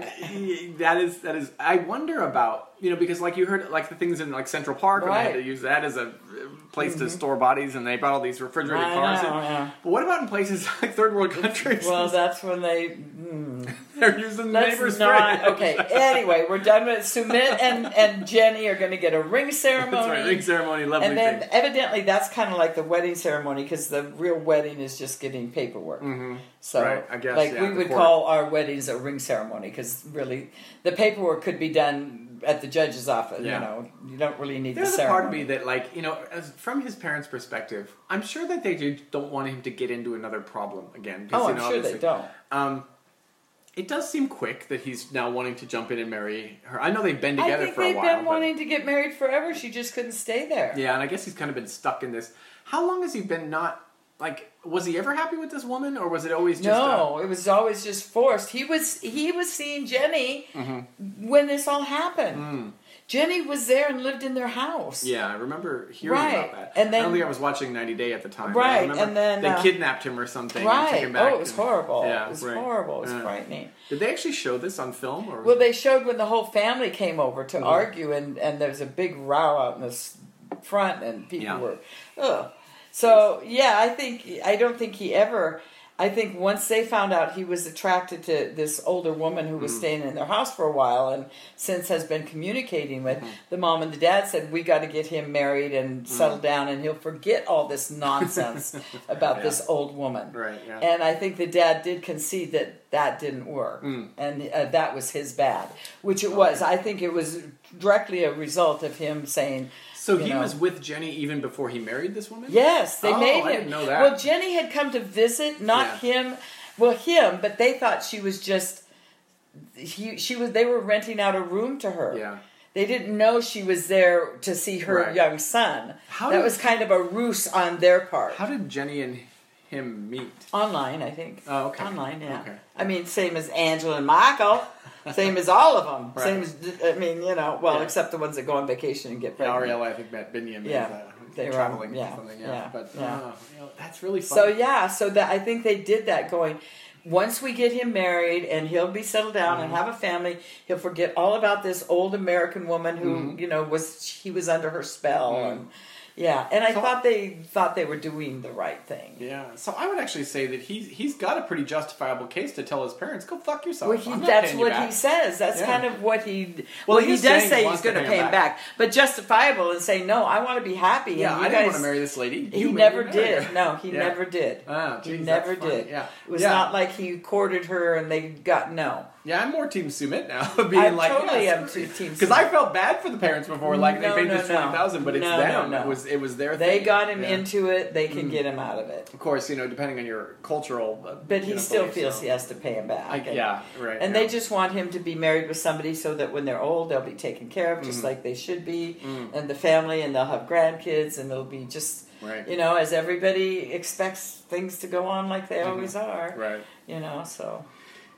S1: that is that is I wonder about you know because like you heard like the things in like Central Park and they had
S2: Right. Mm-hmm.
S1: to use that as a uh, place to store bodies and they brought all these refrigerated
S2: I
S1: cars
S2: know,
S1: in.
S2: yeah.
S1: But what about in places like third world countries?
S2: Well, that's when they. hmm.
S1: they're using the
S2: Let's
S1: neighbor's
S2: not.
S1: fridge.
S2: Okay. Anyway, we're done with it. Sumit and, and Jenny are going to get a ring ceremony.
S1: That's right, ring ceremony, lovely
S2: and then
S1: thing.
S2: evidently that's kind of like the wedding ceremony because the real wedding is just getting paperwork.
S1: Mhm.
S2: So,
S1: Right, I guess,
S2: like
S1: yeah,
S2: we
S1: the
S2: would
S1: court.
S2: call our weddings a ring ceremony because really the paperwork could be done at the judge's office.
S1: Yeah.
S2: You know, you don't really need
S1: There's a
S2: the
S1: part of
S2: ceremony.
S1: me that, like, you know, as, from his parents' perspective, I'm sure that they do, don't want him to get into another problem again. because,
S2: oh,
S1: you
S2: I'm
S1: know,
S2: sure they
S1: obviously-
S2: don't.
S1: Um, it does seem quick that he's now wanting to jump in and marry her. I know they've been
S2: I
S1: together
S2: think
S1: for
S2: they've
S1: a while.
S2: been
S1: but-
S2: wanting to get married forever. She just couldn't stay there.
S1: yeah, and I guess he's kind of been stuck in this. How long has he been not like? Was he ever happy with this woman, or was it always just uh,
S2: no, it was always just forced. He was he was seeing Jenny
S1: Mm-hmm.
S2: when this all happened.
S1: Mm.
S2: Jenny was there and lived in their house.
S1: A, yeah, I remember hearing about
S2: Right,
S1: that.
S2: and
S1: I
S2: then-
S1: don't think I was watching 90 Day at the time. but I
S2: Right,
S1: remember
S2: and then,
S1: they
S2: uh,
S1: kidnapped him or something. and took
S2: Right.
S1: him back
S2: oh, it was
S1: and-
S2: horrible.
S1: Yeah,
S2: it was
S1: right. Uh.
S2: horrible. It was
S1: Yeah.
S2: frightening.
S1: Did they actually show this on film? Or
S2: Well, they showed when the whole family came over to
S1: Mm-hmm.
S2: argue, and, and there was a big row out in the s- front, and people
S1: Yeah.
S2: were, ugh. So yeah, I think I don't think he ever. I think once they found out he was attracted to this older woman who was
S1: Mm-hmm.
S2: staying in their house for a while, and since has been communicating with
S1: Mm-hmm.
S2: the mom and the dad, said we got to get him married and settle down, and he'll forget all this nonsense about
S1: Yeah.
S2: this old woman.
S1: right? Yeah.
S2: And I think the dad did concede that that didn't work,
S1: Mm.
S2: and uh, that was his bad, which it was. I think it was directly a result of him saying,
S1: so
S2: you
S1: he
S2: know.
S1: was with Jenny even before he married this woman.
S2: "Yes, they
S1: Oh,
S2: made him."
S1: I didn't know that.
S2: Well, Jenny had come to visit, not him. Well, him, but they thought she was just he. She was. They were renting out a room to her.
S1: Yeah.
S2: They didn't know she was there to see her
S1: Right.
S2: young son.
S1: How
S2: that
S1: did-
S2: was kind of a ruse on their part.
S1: How did Jenny and him meet?
S2: Online, I think.
S1: Oh, okay.
S2: Online, yeah.
S1: Okay.
S2: I mean, same as Angela and Michael. Same as all of them.
S1: Right.
S2: Same as, I mean, you know, well,
S1: Yeah. Oh,
S2: except the ones that go on vacation and get pregnant.
S1: Ariel, I think Matt Binion
S2: Yeah,
S1: is
S2: they
S1: uh,
S2: were,
S1: traveling
S2: yeah,
S1: or something. Yeah,
S2: yeah,
S1: but
S2: yeah.
S1: uh, you know, that's really fun.
S2: So, yeah, so that I think they did that going, once we get him married and he'll be settled down and have a family, he'll forget all about this old American woman who, you know, was, he was under her spell. And, yeah, and I
S1: So-
S2: thought they thought they were doing the right thing.
S1: Yeah, so I would actually say that he's he's got a pretty justifiable case to tell his parents, "Go fuck yourself."
S2: Well, he,
S1: I'm not
S2: that's
S1: paying you
S2: what
S1: back."
S2: he says. That's
S1: Yeah.
S2: kind of what he.
S1: Well,
S2: Well,
S1: he
S2: he
S1: is saying
S2: does
S1: he
S2: say
S1: wants
S2: he's
S1: to
S2: going to
S1: pay
S2: pay
S1: him
S2: him back, but justifiable and say no. I want to be happy. and
S1: Yeah,
S2: you
S1: I didn't
S2: guys,
S1: want to marry this lady.
S2: He
S1: You made me
S2: never
S1: marry
S2: did.
S1: her.
S2: No, he
S1: Yeah.
S2: never did.
S1: Ah, geez,
S2: he
S1: that's
S2: never
S1: funny.
S2: did.
S1: Yeah.
S2: It was
S1: Yeah.
S2: not like he courted her and they got no.
S1: Yeah, I'm more Team Sumit now, being
S2: I
S1: like,
S2: totally am too Team
S1: because I felt bad for the parents before, like
S2: No,
S1: they paid
S2: no,
S1: this
S2: no.
S1: twenty thousand, but it's
S2: No, no,
S1: them.
S2: no.
S1: It was it was their.
S2: They
S1: thing.
S2: got him
S1: Yeah. Mm-hmm.
S2: into it. They can get him out of it.
S1: Of course, you know, depending on your cultural. uh,
S2: But
S1: you
S2: he
S1: know,
S2: still
S1: beliefs,
S2: feels
S1: so-
S2: he has to pay him back.
S1: I,
S2: And-
S1: yeah, right.
S2: And
S1: yeah.
S2: they just want him to be married with somebody so that when they're old, they'll be taken care of
S1: Mm-hmm.
S2: just like they should be,
S1: Mm.
S2: and the family, and they'll have grandkids, and they'll be just,
S1: Right.
S2: you know, as everybody expects things to go on like they always are,
S1: Mm-hmm. right.
S2: you know, so.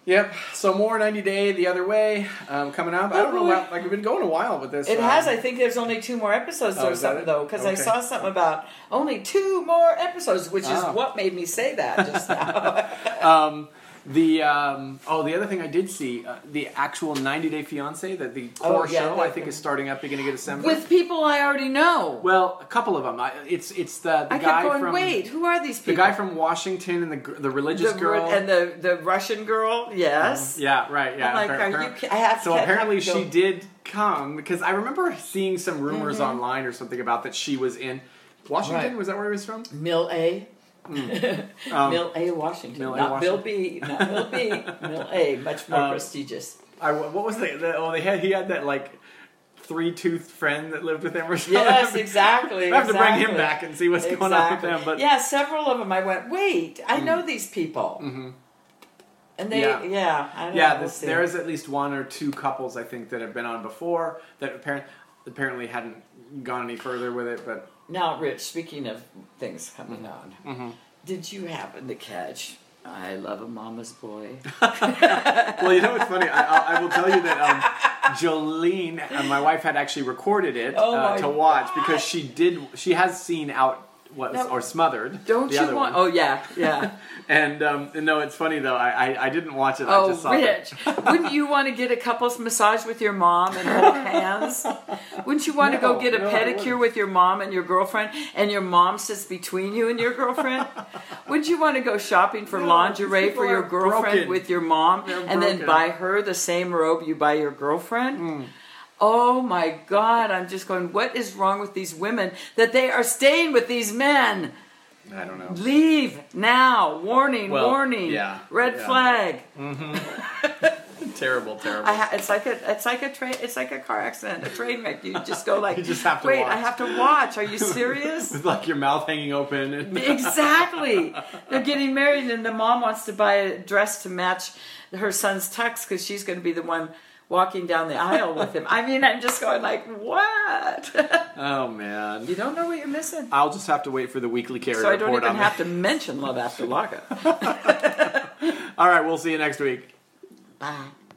S1: Yep. So more ninety day the other way um, coming up. I
S2: Oh,
S1: don't know.
S2: boy.
S1: About, like we've been going a while with this.
S2: It
S1: um,
S2: has, I think there's only two more episodes
S1: Oh,
S2: or
S1: is that
S2: something,
S1: it?
S2: though, because I
S1: Okay.
S2: saw something about only two more episodes, which
S1: Ah.
S2: is what made me say that just now.
S1: um, the um, oh the other thing I did see uh, the actual 90 Day Fiance that the core
S2: Oh, yeah,
S1: show
S2: that
S1: I think
S2: thing.
S1: is starting up beginning of December.
S2: with people I already know.
S1: well, a couple of them. I, it's it's the, the
S2: I
S1: guy
S2: kept going,
S1: from
S2: wait, who are these
S1: the
S2: people?
S1: guy from Washington and the gr- the religious
S2: The Ru-
S1: girl.
S2: and the, the Russian girl, yes.
S1: yeah, right. Yeah.
S2: I'm like,
S1: Appar-
S2: are you
S1: appar-
S2: ki- I have
S1: so
S2: kept
S1: apparently
S2: having
S1: she
S2: to go-
S1: did come because I remember seeing some rumors online or something about that she was in Washington.
S2: Mm-hmm. Right.
S1: Was that where he was from?
S2: Mill A.
S1: Um,
S2: Mill A. Washington.
S1: Mill A.
S2: not Bill B. Not Mill B. Mill A. Much more
S1: Um,
S2: prestigious.
S1: I what was the, the oh they had he had that like three toothed friend that lived with him or something.
S2: Yes, exactly.
S1: I have to bring him
S2: exactly.
S1: back and see what's going on with
S2: Exactly.
S1: them. But
S2: yeah, several of them. I went. Wait, I know these people.
S1: Mhm.
S2: And they,
S1: Yeah.
S2: yeah, I don't
S1: yeah,
S2: know.
S1: this,
S2: we'll see.
S1: there is at least one or two couples I think that have been on before that apparent, apparently hadn't gone any further with it. But
S2: Now, Rich, speaking of things coming on,
S1: Mm-hmm.
S2: did you happen to catch I Love a Mama's Boy?
S1: well, you know what's funny? I, I, I will tell you that um, Jolene, uh, my wife, had actually recorded it
S2: Oh
S1: uh,
S2: my
S1: to watch
S2: God.
S1: because she did. She has seen out was
S2: No.
S1: or smothered.
S2: Don't
S1: the
S2: you
S1: other
S2: want?
S1: One.
S2: Oh yeah, yeah.
S1: And um, no, it's funny though. I I, I didn't watch it. I
S2: oh,
S1: just saw
S2: Rich,
S1: it.
S2: wouldn't you want to get a couples massage with your mom and hold hands? Wouldn't you want to
S1: No,
S2: go get a
S1: no, I
S2: pedicure
S1: wouldn't.
S2: with your mom and your girlfriend, and your mom sits between you and your girlfriend? Wouldn't you want to go shopping for
S1: No,
S2: lingerie
S1: these
S2: for
S1: people
S2: your
S1: are
S2: girlfriend
S1: broken.
S2: with your mom,
S1: They're
S2: and
S1: broken.
S2: then
S1: Hmm.
S2: buy her the same robe you buy your girlfriend? Oh my God, I'm just going, what is wrong with these women that they are staying with these men?
S1: I don't know.
S2: Leave now. Warning,
S1: Well,
S2: warning.
S1: yeah,
S2: Red
S1: yeah.
S2: flag.
S1: Terrible, terrible.
S2: I ha- it's like a it's like a train it's like a car accident, a train wreck. You just go like
S1: You just have to
S2: wait,
S1: watch."
S2: I have to watch. Are you serious?
S1: With like your mouth hanging open. And
S2: exactly. They're getting married and the mom wants to buy a dress to match her son's tux cuz she's going to be the one walking down the aisle with him. I mean, I'm just going like, "What?"
S1: oh man.
S2: you don't know what you're missing.
S1: I'll just have to wait for the weekly carrier
S2: So I don't
S1: report
S2: even
S1: on that.
S2: have to mention love after lockup.
S1: All right, we'll see you next week.
S2: Bye.